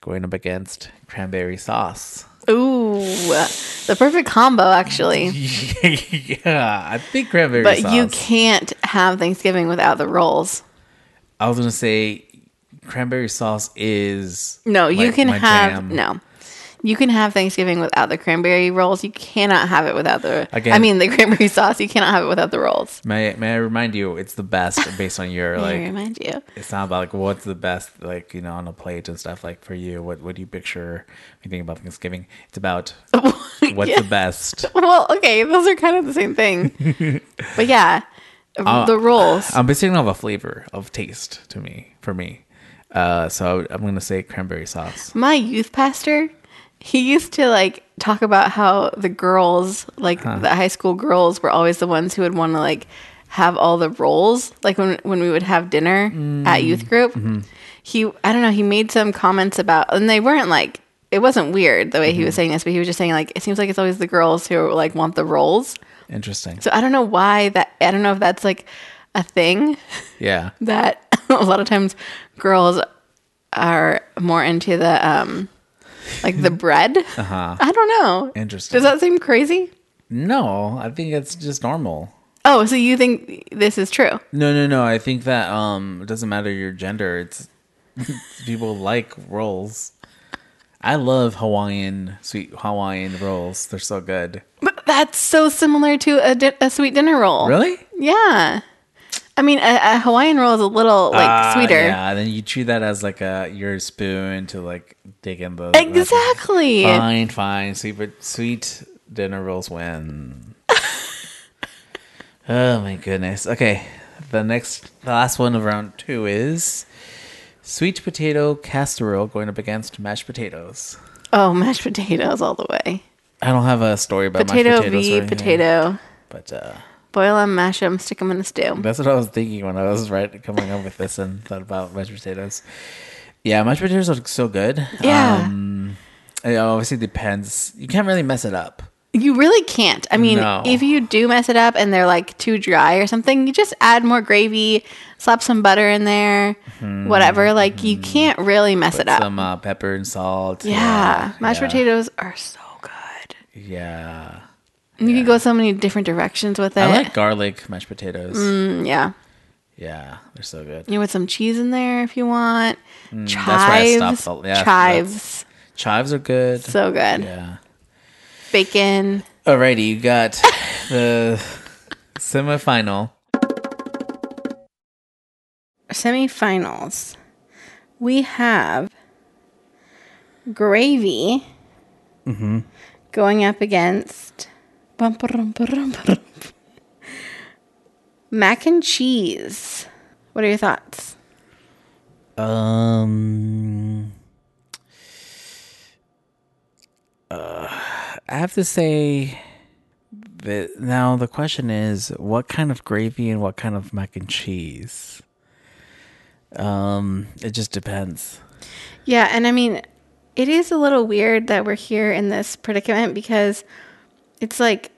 [SPEAKER 1] going up against cranberry sauce. [LAUGHS]
[SPEAKER 2] Ooh, the perfect combo, actually.
[SPEAKER 1] yeah, I think cranberry
[SPEAKER 2] But
[SPEAKER 1] sauce.
[SPEAKER 2] you can't have Thanksgiving without the rolls.
[SPEAKER 1] I was gonna say cranberry sauce is
[SPEAKER 2] No, you
[SPEAKER 1] like,
[SPEAKER 2] can
[SPEAKER 1] my
[SPEAKER 2] have
[SPEAKER 1] jam.
[SPEAKER 2] no. You can have Thanksgiving without the cranberry rolls. You cannot have it without the I
[SPEAKER 1] Again-
[SPEAKER 2] mean the cranberry [LAUGHS] sauce. You cannot have it without the rolls.
[SPEAKER 1] May may I remind you, it's the best based on
[SPEAKER 2] [LAUGHS]
[SPEAKER 1] your
[SPEAKER 2] Like,
[SPEAKER 1] like.
[SPEAKER 2] remind you.
[SPEAKER 1] It's not about like what's the best like you know on a plate and stuff like for you. What what do you picture when you think about Thanksgiving? It's about
[SPEAKER 2] [LAUGHS]
[SPEAKER 1] what's
[SPEAKER 2] Yeah.
[SPEAKER 1] the best.
[SPEAKER 2] Well, okay, those are kind of the same thing.
[SPEAKER 1] [LAUGHS]
[SPEAKER 2] but yeah,
[SPEAKER 1] Uh,
[SPEAKER 2] the rolls.
[SPEAKER 1] I'm basing it off a flavor of taste to me, for me. Uh, so I would- I'm gonna say cranberry sauce.
[SPEAKER 2] My youth pastor, he used to like talk about how the girls, like the high school girls, were always the ones who would want to like have all the rolls. Like when when we would have dinner at youth group, he I don't know he made some comments about, and they weren't like it wasn't weird the way he was saying this, but he was just saying like it seems like it's always the girls who like want the roles.
[SPEAKER 1] Interesting.
[SPEAKER 2] So I don't know why that. I don't know if that's like a thing
[SPEAKER 1] Yeah.
[SPEAKER 2] that [LAUGHS] a lot of times girls are more into the um like the bread.
[SPEAKER 1] Mm-hmm. Uh-huh.
[SPEAKER 2] I don't know.
[SPEAKER 1] Interesting.
[SPEAKER 2] Does that seem crazy?
[SPEAKER 1] No, I think it's just normal.
[SPEAKER 2] Oh, so you think this is true?
[SPEAKER 1] No, no, no. I think that um it doesn't matter your gender. It's [LAUGHS] people like rolls. I love Hawaiian sweet Hawaiian rolls. They're so good.
[SPEAKER 2] But that's so similar to a, di- a sweet dinner roll.
[SPEAKER 1] Really?
[SPEAKER 2] Yeah. I mean, a, a Hawaiian roll is a little like
[SPEAKER 1] Ah,
[SPEAKER 2] sweeter.
[SPEAKER 1] Yeah, then you chew that as like a your spoon to like dig in the
[SPEAKER 2] Exactly.
[SPEAKER 1] Fine, fine. Sweet but sweet dinner rolls
[SPEAKER 2] [LAUGHS]
[SPEAKER 1] win. oh my goodness. Okay. The next the last one of round two is sweet potato casserole going up against mashed potatoes.
[SPEAKER 2] Oh, mashed potatoes all the way.
[SPEAKER 1] I don't have a story about mashed
[SPEAKER 2] Potato
[SPEAKER 1] potatoes. or
[SPEAKER 2] v
[SPEAKER 1] anything,
[SPEAKER 2] potato.
[SPEAKER 1] But uh
[SPEAKER 2] Boil 'em, mash 'em, stick 'em in a stew.
[SPEAKER 1] That's what I was thinking when I was right coming up with this and thought about mashed potatoes. Yeah, mashed potatoes are so good.
[SPEAKER 2] Yeah.
[SPEAKER 1] Um, it obviously depends. You can't really mess it up.
[SPEAKER 2] You really can't. I mean,
[SPEAKER 1] No.
[SPEAKER 2] if you do mess it up and they're like too dry or something, you just add more gravy, slap some butter in there, whatever. Like, you can't really mess it up.
[SPEAKER 1] Hmm. Some uh, pepper and salt.
[SPEAKER 2] yeah. Mashed
[SPEAKER 1] yeah,
[SPEAKER 2] potatoes are so good.
[SPEAKER 1] Yeah.
[SPEAKER 2] And You can go so many different directions with it.
[SPEAKER 1] I like garlic mashed potatoes.
[SPEAKER 2] Mm, yeah.
[SPEAKER 1] Yeah, they're so good. Mm,
[SPEAKER 2] You want some cheese in there if you want. chives.
[SPEAKER 1] that's why I stopped the- yeah, [LAUGHS]
[SPEAKER 2] chives.
[SPEAKER 1] Chives are good.
[SPEAKER 2] So good.
[SPEAKER 1] yeah.
[SPEAKER 2] Bacon.
[SPEAKER 1] Alrighty, you
[SPEAKER 2] [LAUGHS]
[SPEAKER 1] got the semifinal.
[SPEAKER 2] Semifinals. We have gravy going up against bum, ba-dum, ba-dum, ba-dum. mac and cheese. What are your thoughts?
[SPEAKER 1] Um, uh, I have to say that now the question is what kind of gravy and what kind of mac and cheese? Um, it just depends.
[SPEAKER 2] Yeah, and I mean, it is a little weird that we're here in this predicament because it's like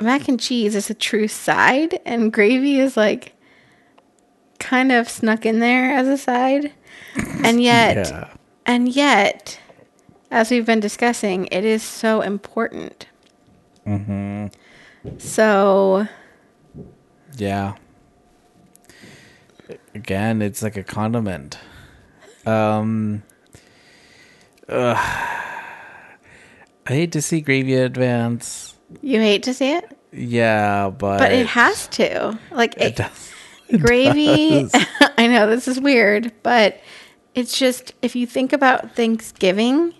[SPEAKER 2] mac and cheese is a true side, and gravy is like kind of snuck in there as a side. [LAUGHS] And yet, and yet, as we've been discussing, it is so important. Mm-hmm. So,
[SPEAKER 1] Yeah. Again, it's like a condiment. Um ugh. I hate to see gravy advance.
[SPEAKER 2] you hate to see it,
[SPEAKER 1] Yeah, but
[SPEAKER 2] but it has to. Like,
[SPEAKER 1] it
[SPEAKER 2] it,
[SPEAKER 1] does.
[SPEAKER 2] gravy [LAUGHS] i know this is weird but it's just if you think about thanksgiving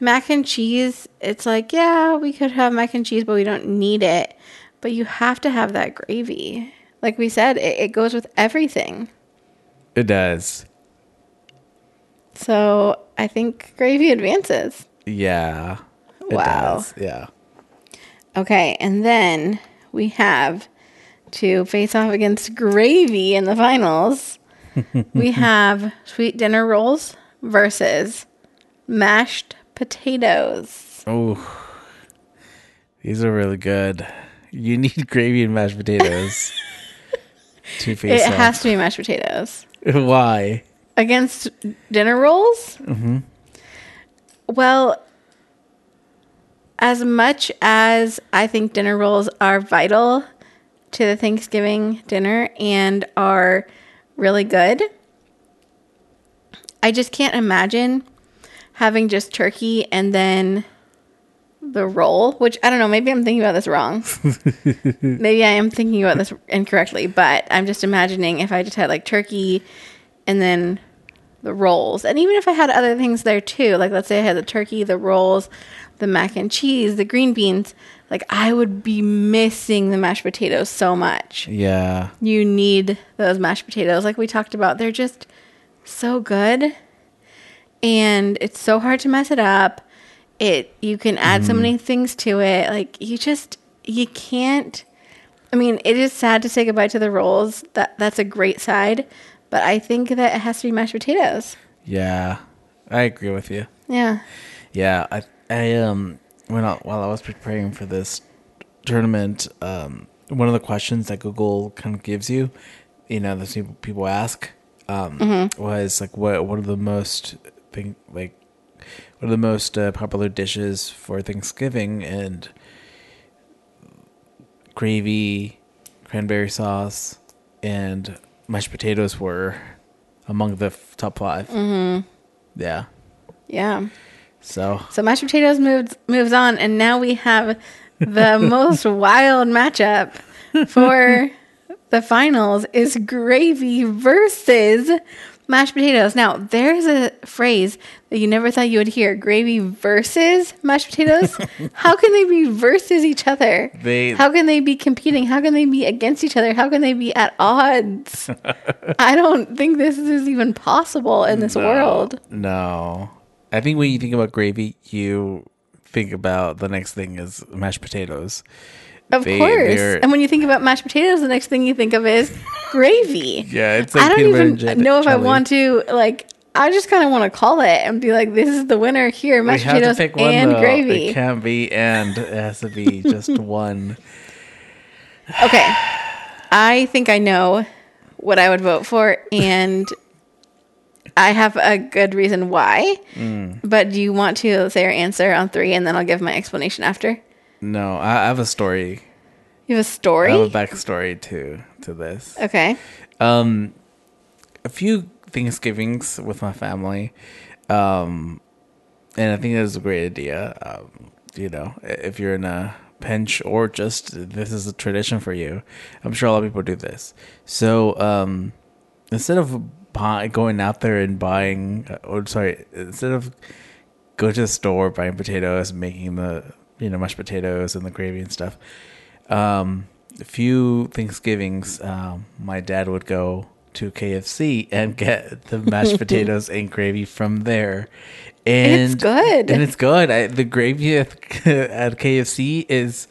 [SPEAKER 2] mac and cheese it's like yeah we could have mac and cheese but we don't need it but you have to have that gravy like we said it, it goes with everything
[SPEAKER 1] It does.
[SPEAKER 2] so i think gravy advances
[SPEAKER 1] Yeah. It
[SPEAKER 2] Wow.
[SPEAKER 1] does. Yeah.
[SPEAKER 2] okay and then we have to face off against gravy in the finals we have sweet dinner rolls versus mashed potatoes.
[SPEAKER 1] Oh. These are really good. You need [LAUGHS] gravy and mashed
[SPEAKER 2] [LAUGHS]
[SPEAKER 1] potatoes. Two face
[SPEAKER 2] it
[SPEAKER 1] off.
[SPEAKER 2] has to be mashed potatoes
[SPEAKER 1] [LAUGHS] Why?
[SPEAKER 2] against dinner rolls. Mm-hmm. Well, as much as I think dinner rolls are vital to the Thanksgiving dinner and are really good, I just can't imagine having just turkey and then the roll, which I don't know, maybe I'm thinking about this wrong. maybe I am thinking about this incorrectly, but I'm just imagining if I just had like turkey and then the rolls. And even if I had other things there too, like let's say I had the turkey, the rolls, the mac and cheese, the green beans, like I would be missing the mashed potatoes so much.
[SPEAKER 1] Yeah.
[SPEAKER 2] You need those mashed potatoes. Like we talked about, they're just so good. And it's so hard to mess it up. It you can add so many things to it. Like you just you can't I mean, it is sad to say goodbye to the rolls. That that's a great side, but I think that it has to be mashed potatoes.
[SPEAKER 1] Yeah. I agree with you.
[SPEAKER 2] Yeah.
[SPEAKER 1] Yeah, I I um when I, while I was preparing for this tournament, um one of the questions that Google kind of gives you, you know, that people people ask, um, was like what what are the most thing like what are the most uh, popular dishes for Thanksgiving and gravy, cranberry sauce, and mashed potatoes were among the f- top 5 Mm-hmm. Yeah.
[SPEAKER 2] Yeah.
[SPEAKER 1] So
[SPEAKER 2] So mashed potatoes moves moves on, and now we have the most wild matchup for the finals is gravy versus mashed potatoes. Now there's a phrase that you never thought you would hear: gravy versus mashed potatoes. How can they be versus each other?
[SPEAKER 1] They-
[SPEAKER 2] How can they be competing? How can they be against each other? How can they be at odds? I don't think this is even possible in this world.
[SPEAKER 1] No. I think when you think about gravy, you think about the next thing is mashed potatoes.
[SPEAKER 2] Of
[SPEAKER 1] They-
[SPEAKER 2] course.
[SPEAKER 1] they're-
[SPEAKER 2] And when you think about mashed potatoes, the next thing you think of is
[SPEAKER 1] [LAUGHS]
[SPEAKER 2] gravy.
[SPEAKER 1] Yeah, it's
[SPEAKER 2] I don't
[SPEAKER 1] peanut butter and
[SPEAKER 2] even
[SPEAKER 1] jelly-
[SPEAKER 2] know if I
[SPEAKER 1] jelly.
[SPEAKER 2] want to like. I just kind of want to call it and be like, "This is the winner here:
[SPEAKER 1] We
[SPEAKER 2] mashed
[SPEAKER 1] have to
[SPEAKER 2] potatoes
[SPEAKER 1] pick one
[SPEAKER 2] and
[SPEAKER 1] though. It
[SPEAKER 2] gravy."
[SPEAKER 1] can't be and it has to
[SPEAKER 2] [LAUGHS]
[SPEAKER 1] be just one.
[SPEAKER 2] Okay, I think I know what I would vote for, and I have a good reason why.
[SPEAKER 1] Mm.
[SPEAKER 2] But do you want to say your answer on three, and then I'll give my explanation after?
[SPEAKER 1] No, I I have a story.
[SPEAKER 2] You have a
[SPEAKER 1] I
[SPEAKER 2] story.
[SPEAKER 1] have a backstory to to this.
[SPEAKER 2] okay.
[SPEAKER 1] Um, a few Thanksgivings with my family, um, and I think that is a great idea. Um, you know, i- if you're in a pinch or just this is a tradition for you, I'm sure a lot of people do this. So um, instead of buy, going out there and buying, uh, or sorry, instead of go to the store buying potatoes, making the you know mashed potatoes and the gravy and stuff, um, a few Thanksgivings, um, my dad would go to KFC and get the
[SPEAKER 2] [LAUGHS]
[SPEAKER 1] mashed potatoes and gravy from there. And
[SPEAKER 2] It's good.
[SPEAKER 1] And it's good. I, the gravy at, [LAUGHS] at KFC is,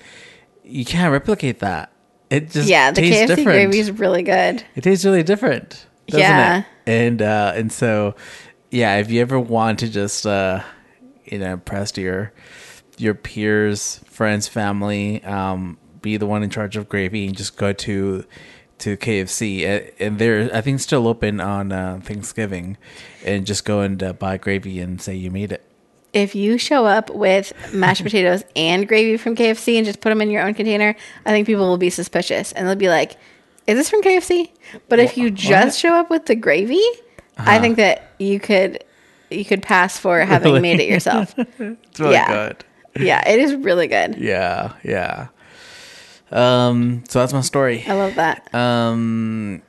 [SPEAKER 1] you can't replicate that. It just
[SPEAKER 2] Yeah, the
[SPEAKER 1] tastes
[SPEAKER 2] KFC
[SPEAKER 1] different.
[SPEAKER 2] gravy is really good.
[SPEAKER 1] It tastes really different, doesn't
[SPEAKER 2] Yeah.
[SPEAKER 1] it? And uh, and so, yeah, if you ever want to just uh, you know impress your your peers, friends, family, um, be the one in charge of gravy, and just go to to KFC, A- and they're I think still open on uh, Thanksgiving, and just go and uh, buy gravy and say you made it.
[SPEAKER 2] If you show up with mashed potatoes and gravy from KFC and just put them in your own container, I think people will be suspicious and they'll be like, "Is this from KFC?" But if you just show up with the gravy, I think that you could you could pass
[SPEAKER 1] [LAUGHS]
[SPEAKER 2] for having
[SPEAKER 1] Uh-huh. Really?
[SPEAKER 2] made it yourself.
[SPEAKER 1] It's really
[SPEAKER 2] Yeah.
[SPEAKER 1] good.
[SPEAKER 2] yeah, it is really good.
[SPEAKER 1] Yeah, yeah. Um, so that's my story.
[SPEAKER 2] I love that.
[SPEAKER 1] Um,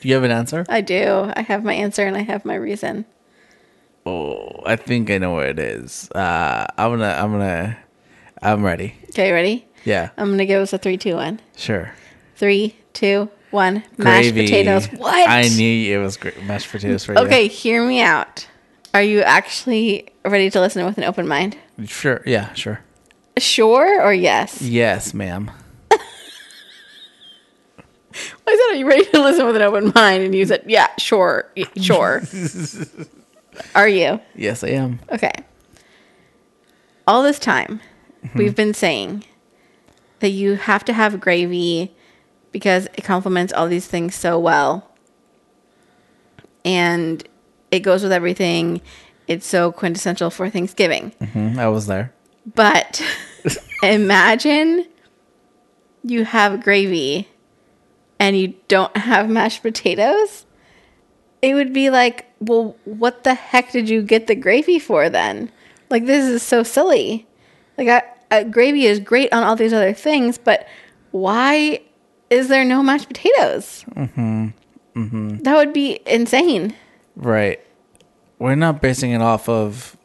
[SPEAKER 1] do you have an answer?
[SPEAKER 2] I do. I have my answer and I have my reason.
[SPEAKER 1] Oh, I think I know what it is. Uh, I'm gonna, I'm gonna, I'm ready.
[SPEAKER 2] Okay, ready?
[SPEAKER 1] Yeah,
[SPEAKER 2] I'm gonna give us a three, two, one.
[SPEAKER 1] sure.
[SPEAKER 2] Three, two, one. Mashed
[SPEAKER 1] Gravy.
[SPEAKER 2] potatoes. What?
[SPEAKER 1] I knew it was gra- mashed potatoes for
[SPEAKER 2] Okay, hear me out. Are you actually ready to listen with an open mind?
[SPEAKER 1] you. Sure. Yeah. Sure.
[SPEAKER 2] Sure or yes?
[SPEAKER 1] Yes, ma'am.
[SPEAKER 2] I said, are you ready to listen with an open mind? And you said, yeah, sure, y- sure. are you?
[SPEAKER 1] Yes, I am.
[SPEAKER 2] Okay. All this time, we've been saying that you have to have gravy because it complements all these things so well. And it goes with everything. It's so quintessential for Thanksgiving.
[SPEAKER 1] hmm I was there.
[SPEAKER 2] But [LAUGHS] imagine you have gravy and you don't have mashed potatoes. It would be like, well, what the heck did you get the gravy for then? Like, this is so silly. Like, I, uh, gravy is great on all these other things, but why is there no mashed potatoes? Mm-hmm. Mm-hmm. That would be insane.
[SPEAKER 1] Right. We're not basing it off of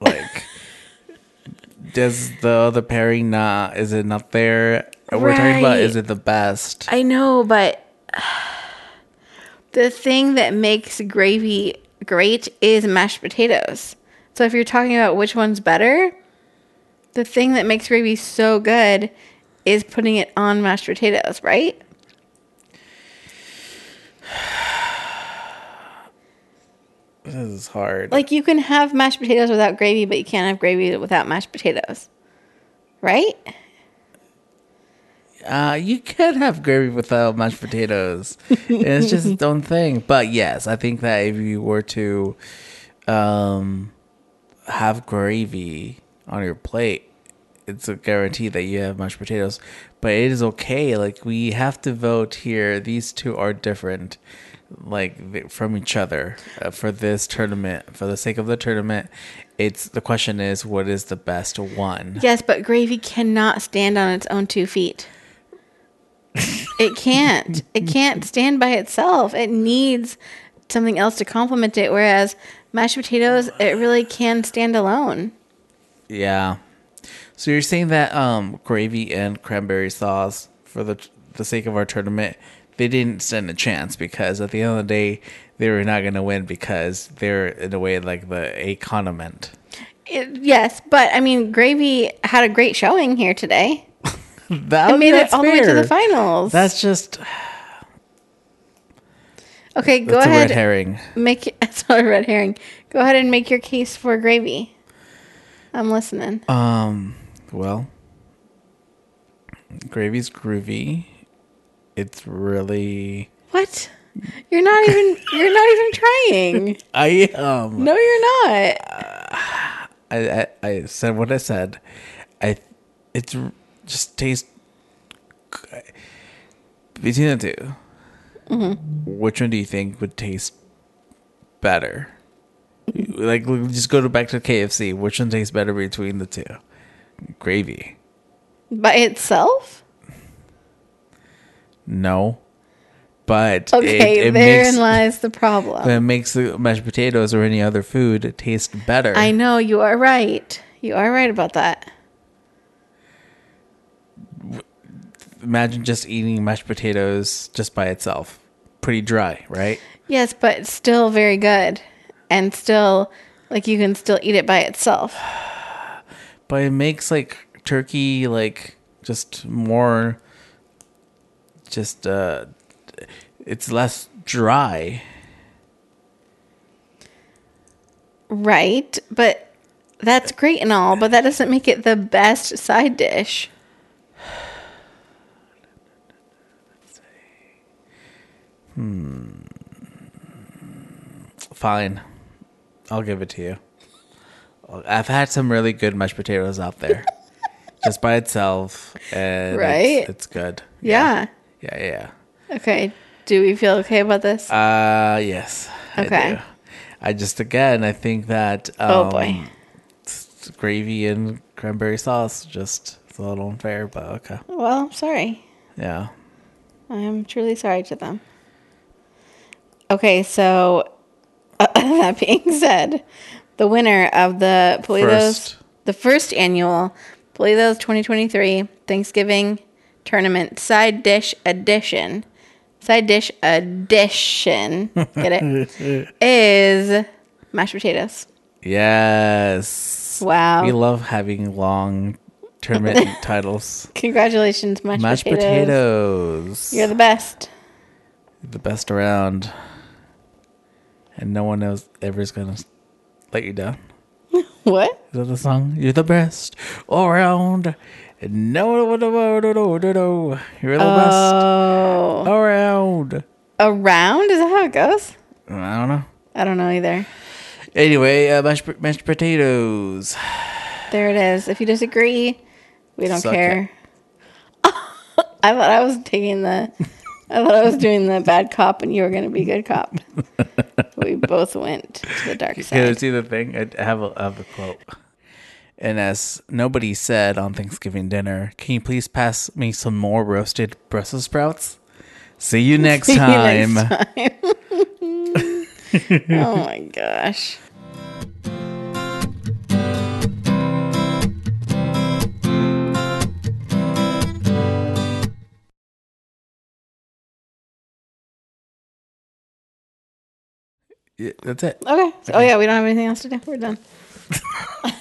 [SPEAKER 1] like [LAUGHS] does the other pairing not is it not there? We're talking about
[SPEAKER 2] Right.
[SPEAKER 1] is it the best?
[SPEAKER 2] I know, but [SIGHS] the thing that makes gravy great is mashed potatoes. So if you're talking about which one's better, the thing that makes gravy so good is putting it on mashed potatoes, right?
[SPEAKER 1] This is hard.
[SPEAKER 2] Like you can have mashed potatoes without gravy, but you can't have gravy without mashed potatoes. Right?
[SPEAKER 1] Uh, you could have gravy without mashed [LAUGHS] potatoes. it's just its own thing. But yes, I think that if you were to um, have gravy on your plate, it's a guarantee that you have mashed potatoes. But it is okay. Like we have to vote here. These two are different, like th- from each other uh, for this tournament. For the sake of the tournament, it's the question is what is the best one.
[SPEAKER 2] Yes, but gravy cannot stand on its own two feet. it can't. It can't stand by itself. It needs something else to complement it. Whereas mashed potatoes, it really can stand alone.
[SPEAKER 1] Yeah. So you're saying that um gravy and cranberry sauce for the the sake of our tournament, they didn't stand a chance because at the end of the day, they were not going to win because they're in a way like the a condiment.
[SPEAKER 2] It, yes, but I mean, gravy had a great showing here today.
[SPEAKER 1] That
[SPEAKER 2] It made it
[SPEAKER 1] Oh, that's
[SPEAKER 2] all the way to
[SPEAKER 1] fair.
[SPEAKER 2] the finals.
[SPEAKER 1] That's just
[SPEAKER 2] okay, go
[SPEAKER 1] that's a red
[SPEAKER 2] ahead.
[SPEAKER 1] herring.
[SPEAKER 2] Make [LAUGHS] that's not a red herring. Go ahead and make your case for gravy. I'm listening.
[SPEAKER 1] Um, well, gravy's groovy. It's really
[SPEAKER 2] what? You're not even. You're not even trying.
[SPEAKER 1] I um
[SPEAKER 2] No, you're not.
[SPEAKER 1] I, I, I said what I said. I it's r- just tastes g- between the 2
[SPEAKER 2] Mm-hmm.
[SPEAKER 1] Which one do you think would taste better? Like we just go to back to KFC. Which one tastes better between the two? Gravy.
[SPEAKER 2] By itself?
[SPEAKER 1] No. But
[SPEAKER 2] Okay,
[SPEAKER 1] it, it
[SPEAKER 2] therein
[SPEAKER 1] makes
[SPEAKER 2] lies the problem.
[SPEAKER 1] it makes the mashed potatoes or any other food taste better.
[SPEAKER 2] I know you are right. You are right about that.
[SPEAKER 1] Imagine just eating mashed potatoes just by itself. Pretty dry, right?
[SPEAKER 2] Yes, but still very good. And still like you can still eat it by itself.
[SPEAKER 1] but it makes like turkey like just more just uh it's less dry
[SPEAKER 2] Right? But that's great and all, but that doesn't make it the best side dish.
[SPEAKER 1] fine i'll give it to you i've had some really good mashed potatoes out
[SPEAKER 2] [LAUGHS]
[SPEAKER 1] there just by itself and
[SPEAKER 2] Right?
[SPEAKER 1] it's, it's good
[SPEAKER 2] Yeah.
[SPEAKER 1] yeah yeah
[SPEAKER 2] Okay. Do we feel okay about this?
[SPEAKER 1] yeah. uh yes i
[SPEAKER 2] Okay.
[SPEAKER 1] do i just again i think that um,
[SPEAKER 2] oh boy.
[SPEAKER 1] s- gravy and cranberry sauce just it's a little unfair but okay
[SPEAKER 2] Well, I'm sorry.
[SPEAKER 1] yeah
[SPEAKER 2] I'm truly sorry to them. Okay, so [LAUGHS] that being said, the winner of the Politos,
[SPEAKER 1] First.
[SPEAKER 2] the first annual Politos 2023 Thanksgiving Tournament Side Dish Edition, Side Dish Edition, get
[SPEAKER 1] [LAUGHS]
[SPEAKER 2] it, is mashed potatoes.
[SPEAKER 1] Yes.
[SPEAKER 2] Wow.
[SPEAKER 1] We love having long
[SPEAKER 2] [LAUGHS]
[SPEAKER 1] tournament titles.
[SPEAKER 2] Congratulations, mashed,
[SPEAKER 1] Mashed
[SPEAKER 2] potatoes.
[SPEAKER 1] potatoes.
[SPEAKER 2] You're the best.
[SPEAKER 1] the best around. And no one else ever is going to let you down.
[SPEAKER 2] What?
[SPEAKER 1] Is that the song? You're the best around. And No, no, no, no, no, no, no. You're the
[SPEAKER 2] Oh.
[SPEAKER 1] best around.
[SPEAKER 2] Around? Is that how it goes?
[SPEAKER 1] I don't know.
[SPEAKER 2] I don't know either.
[SPEAKER 1] Anyway, uh, mashed, po- mashed potatoes.
[SPEAKER 2] There it is. If you disagree, we don't
[SPEAKER 1] Suck
[SPEAKER 2] care. [LAUGHS] I thought I was taking the. I thought I was doing the bad cop, and you were going to be good
[SPEAKER 1] [LAUGHS]
[SPEAKER 2] cop. we both went to the dark
[SPEAKER 1] Yeah,
[SPEAKER 2] side.
[SPEAKER 1] it's either thing. I have a, I have a quote. And as nobody said on Thanksgiving dinner, can you please pass me some more roasted Brussels sprouts? [LAUGHS] See you next
[SPEAKER 2] [LAUGHS] See you
[SPEAKER 1] time.
[SPEAKER 2] next [LAUGHS] oh my gosh.
[SPEAKER 1] Yeah, That's it.
[SPEAKER 2] Okay. So- oh yeah, we don't have anything else to do. We're done.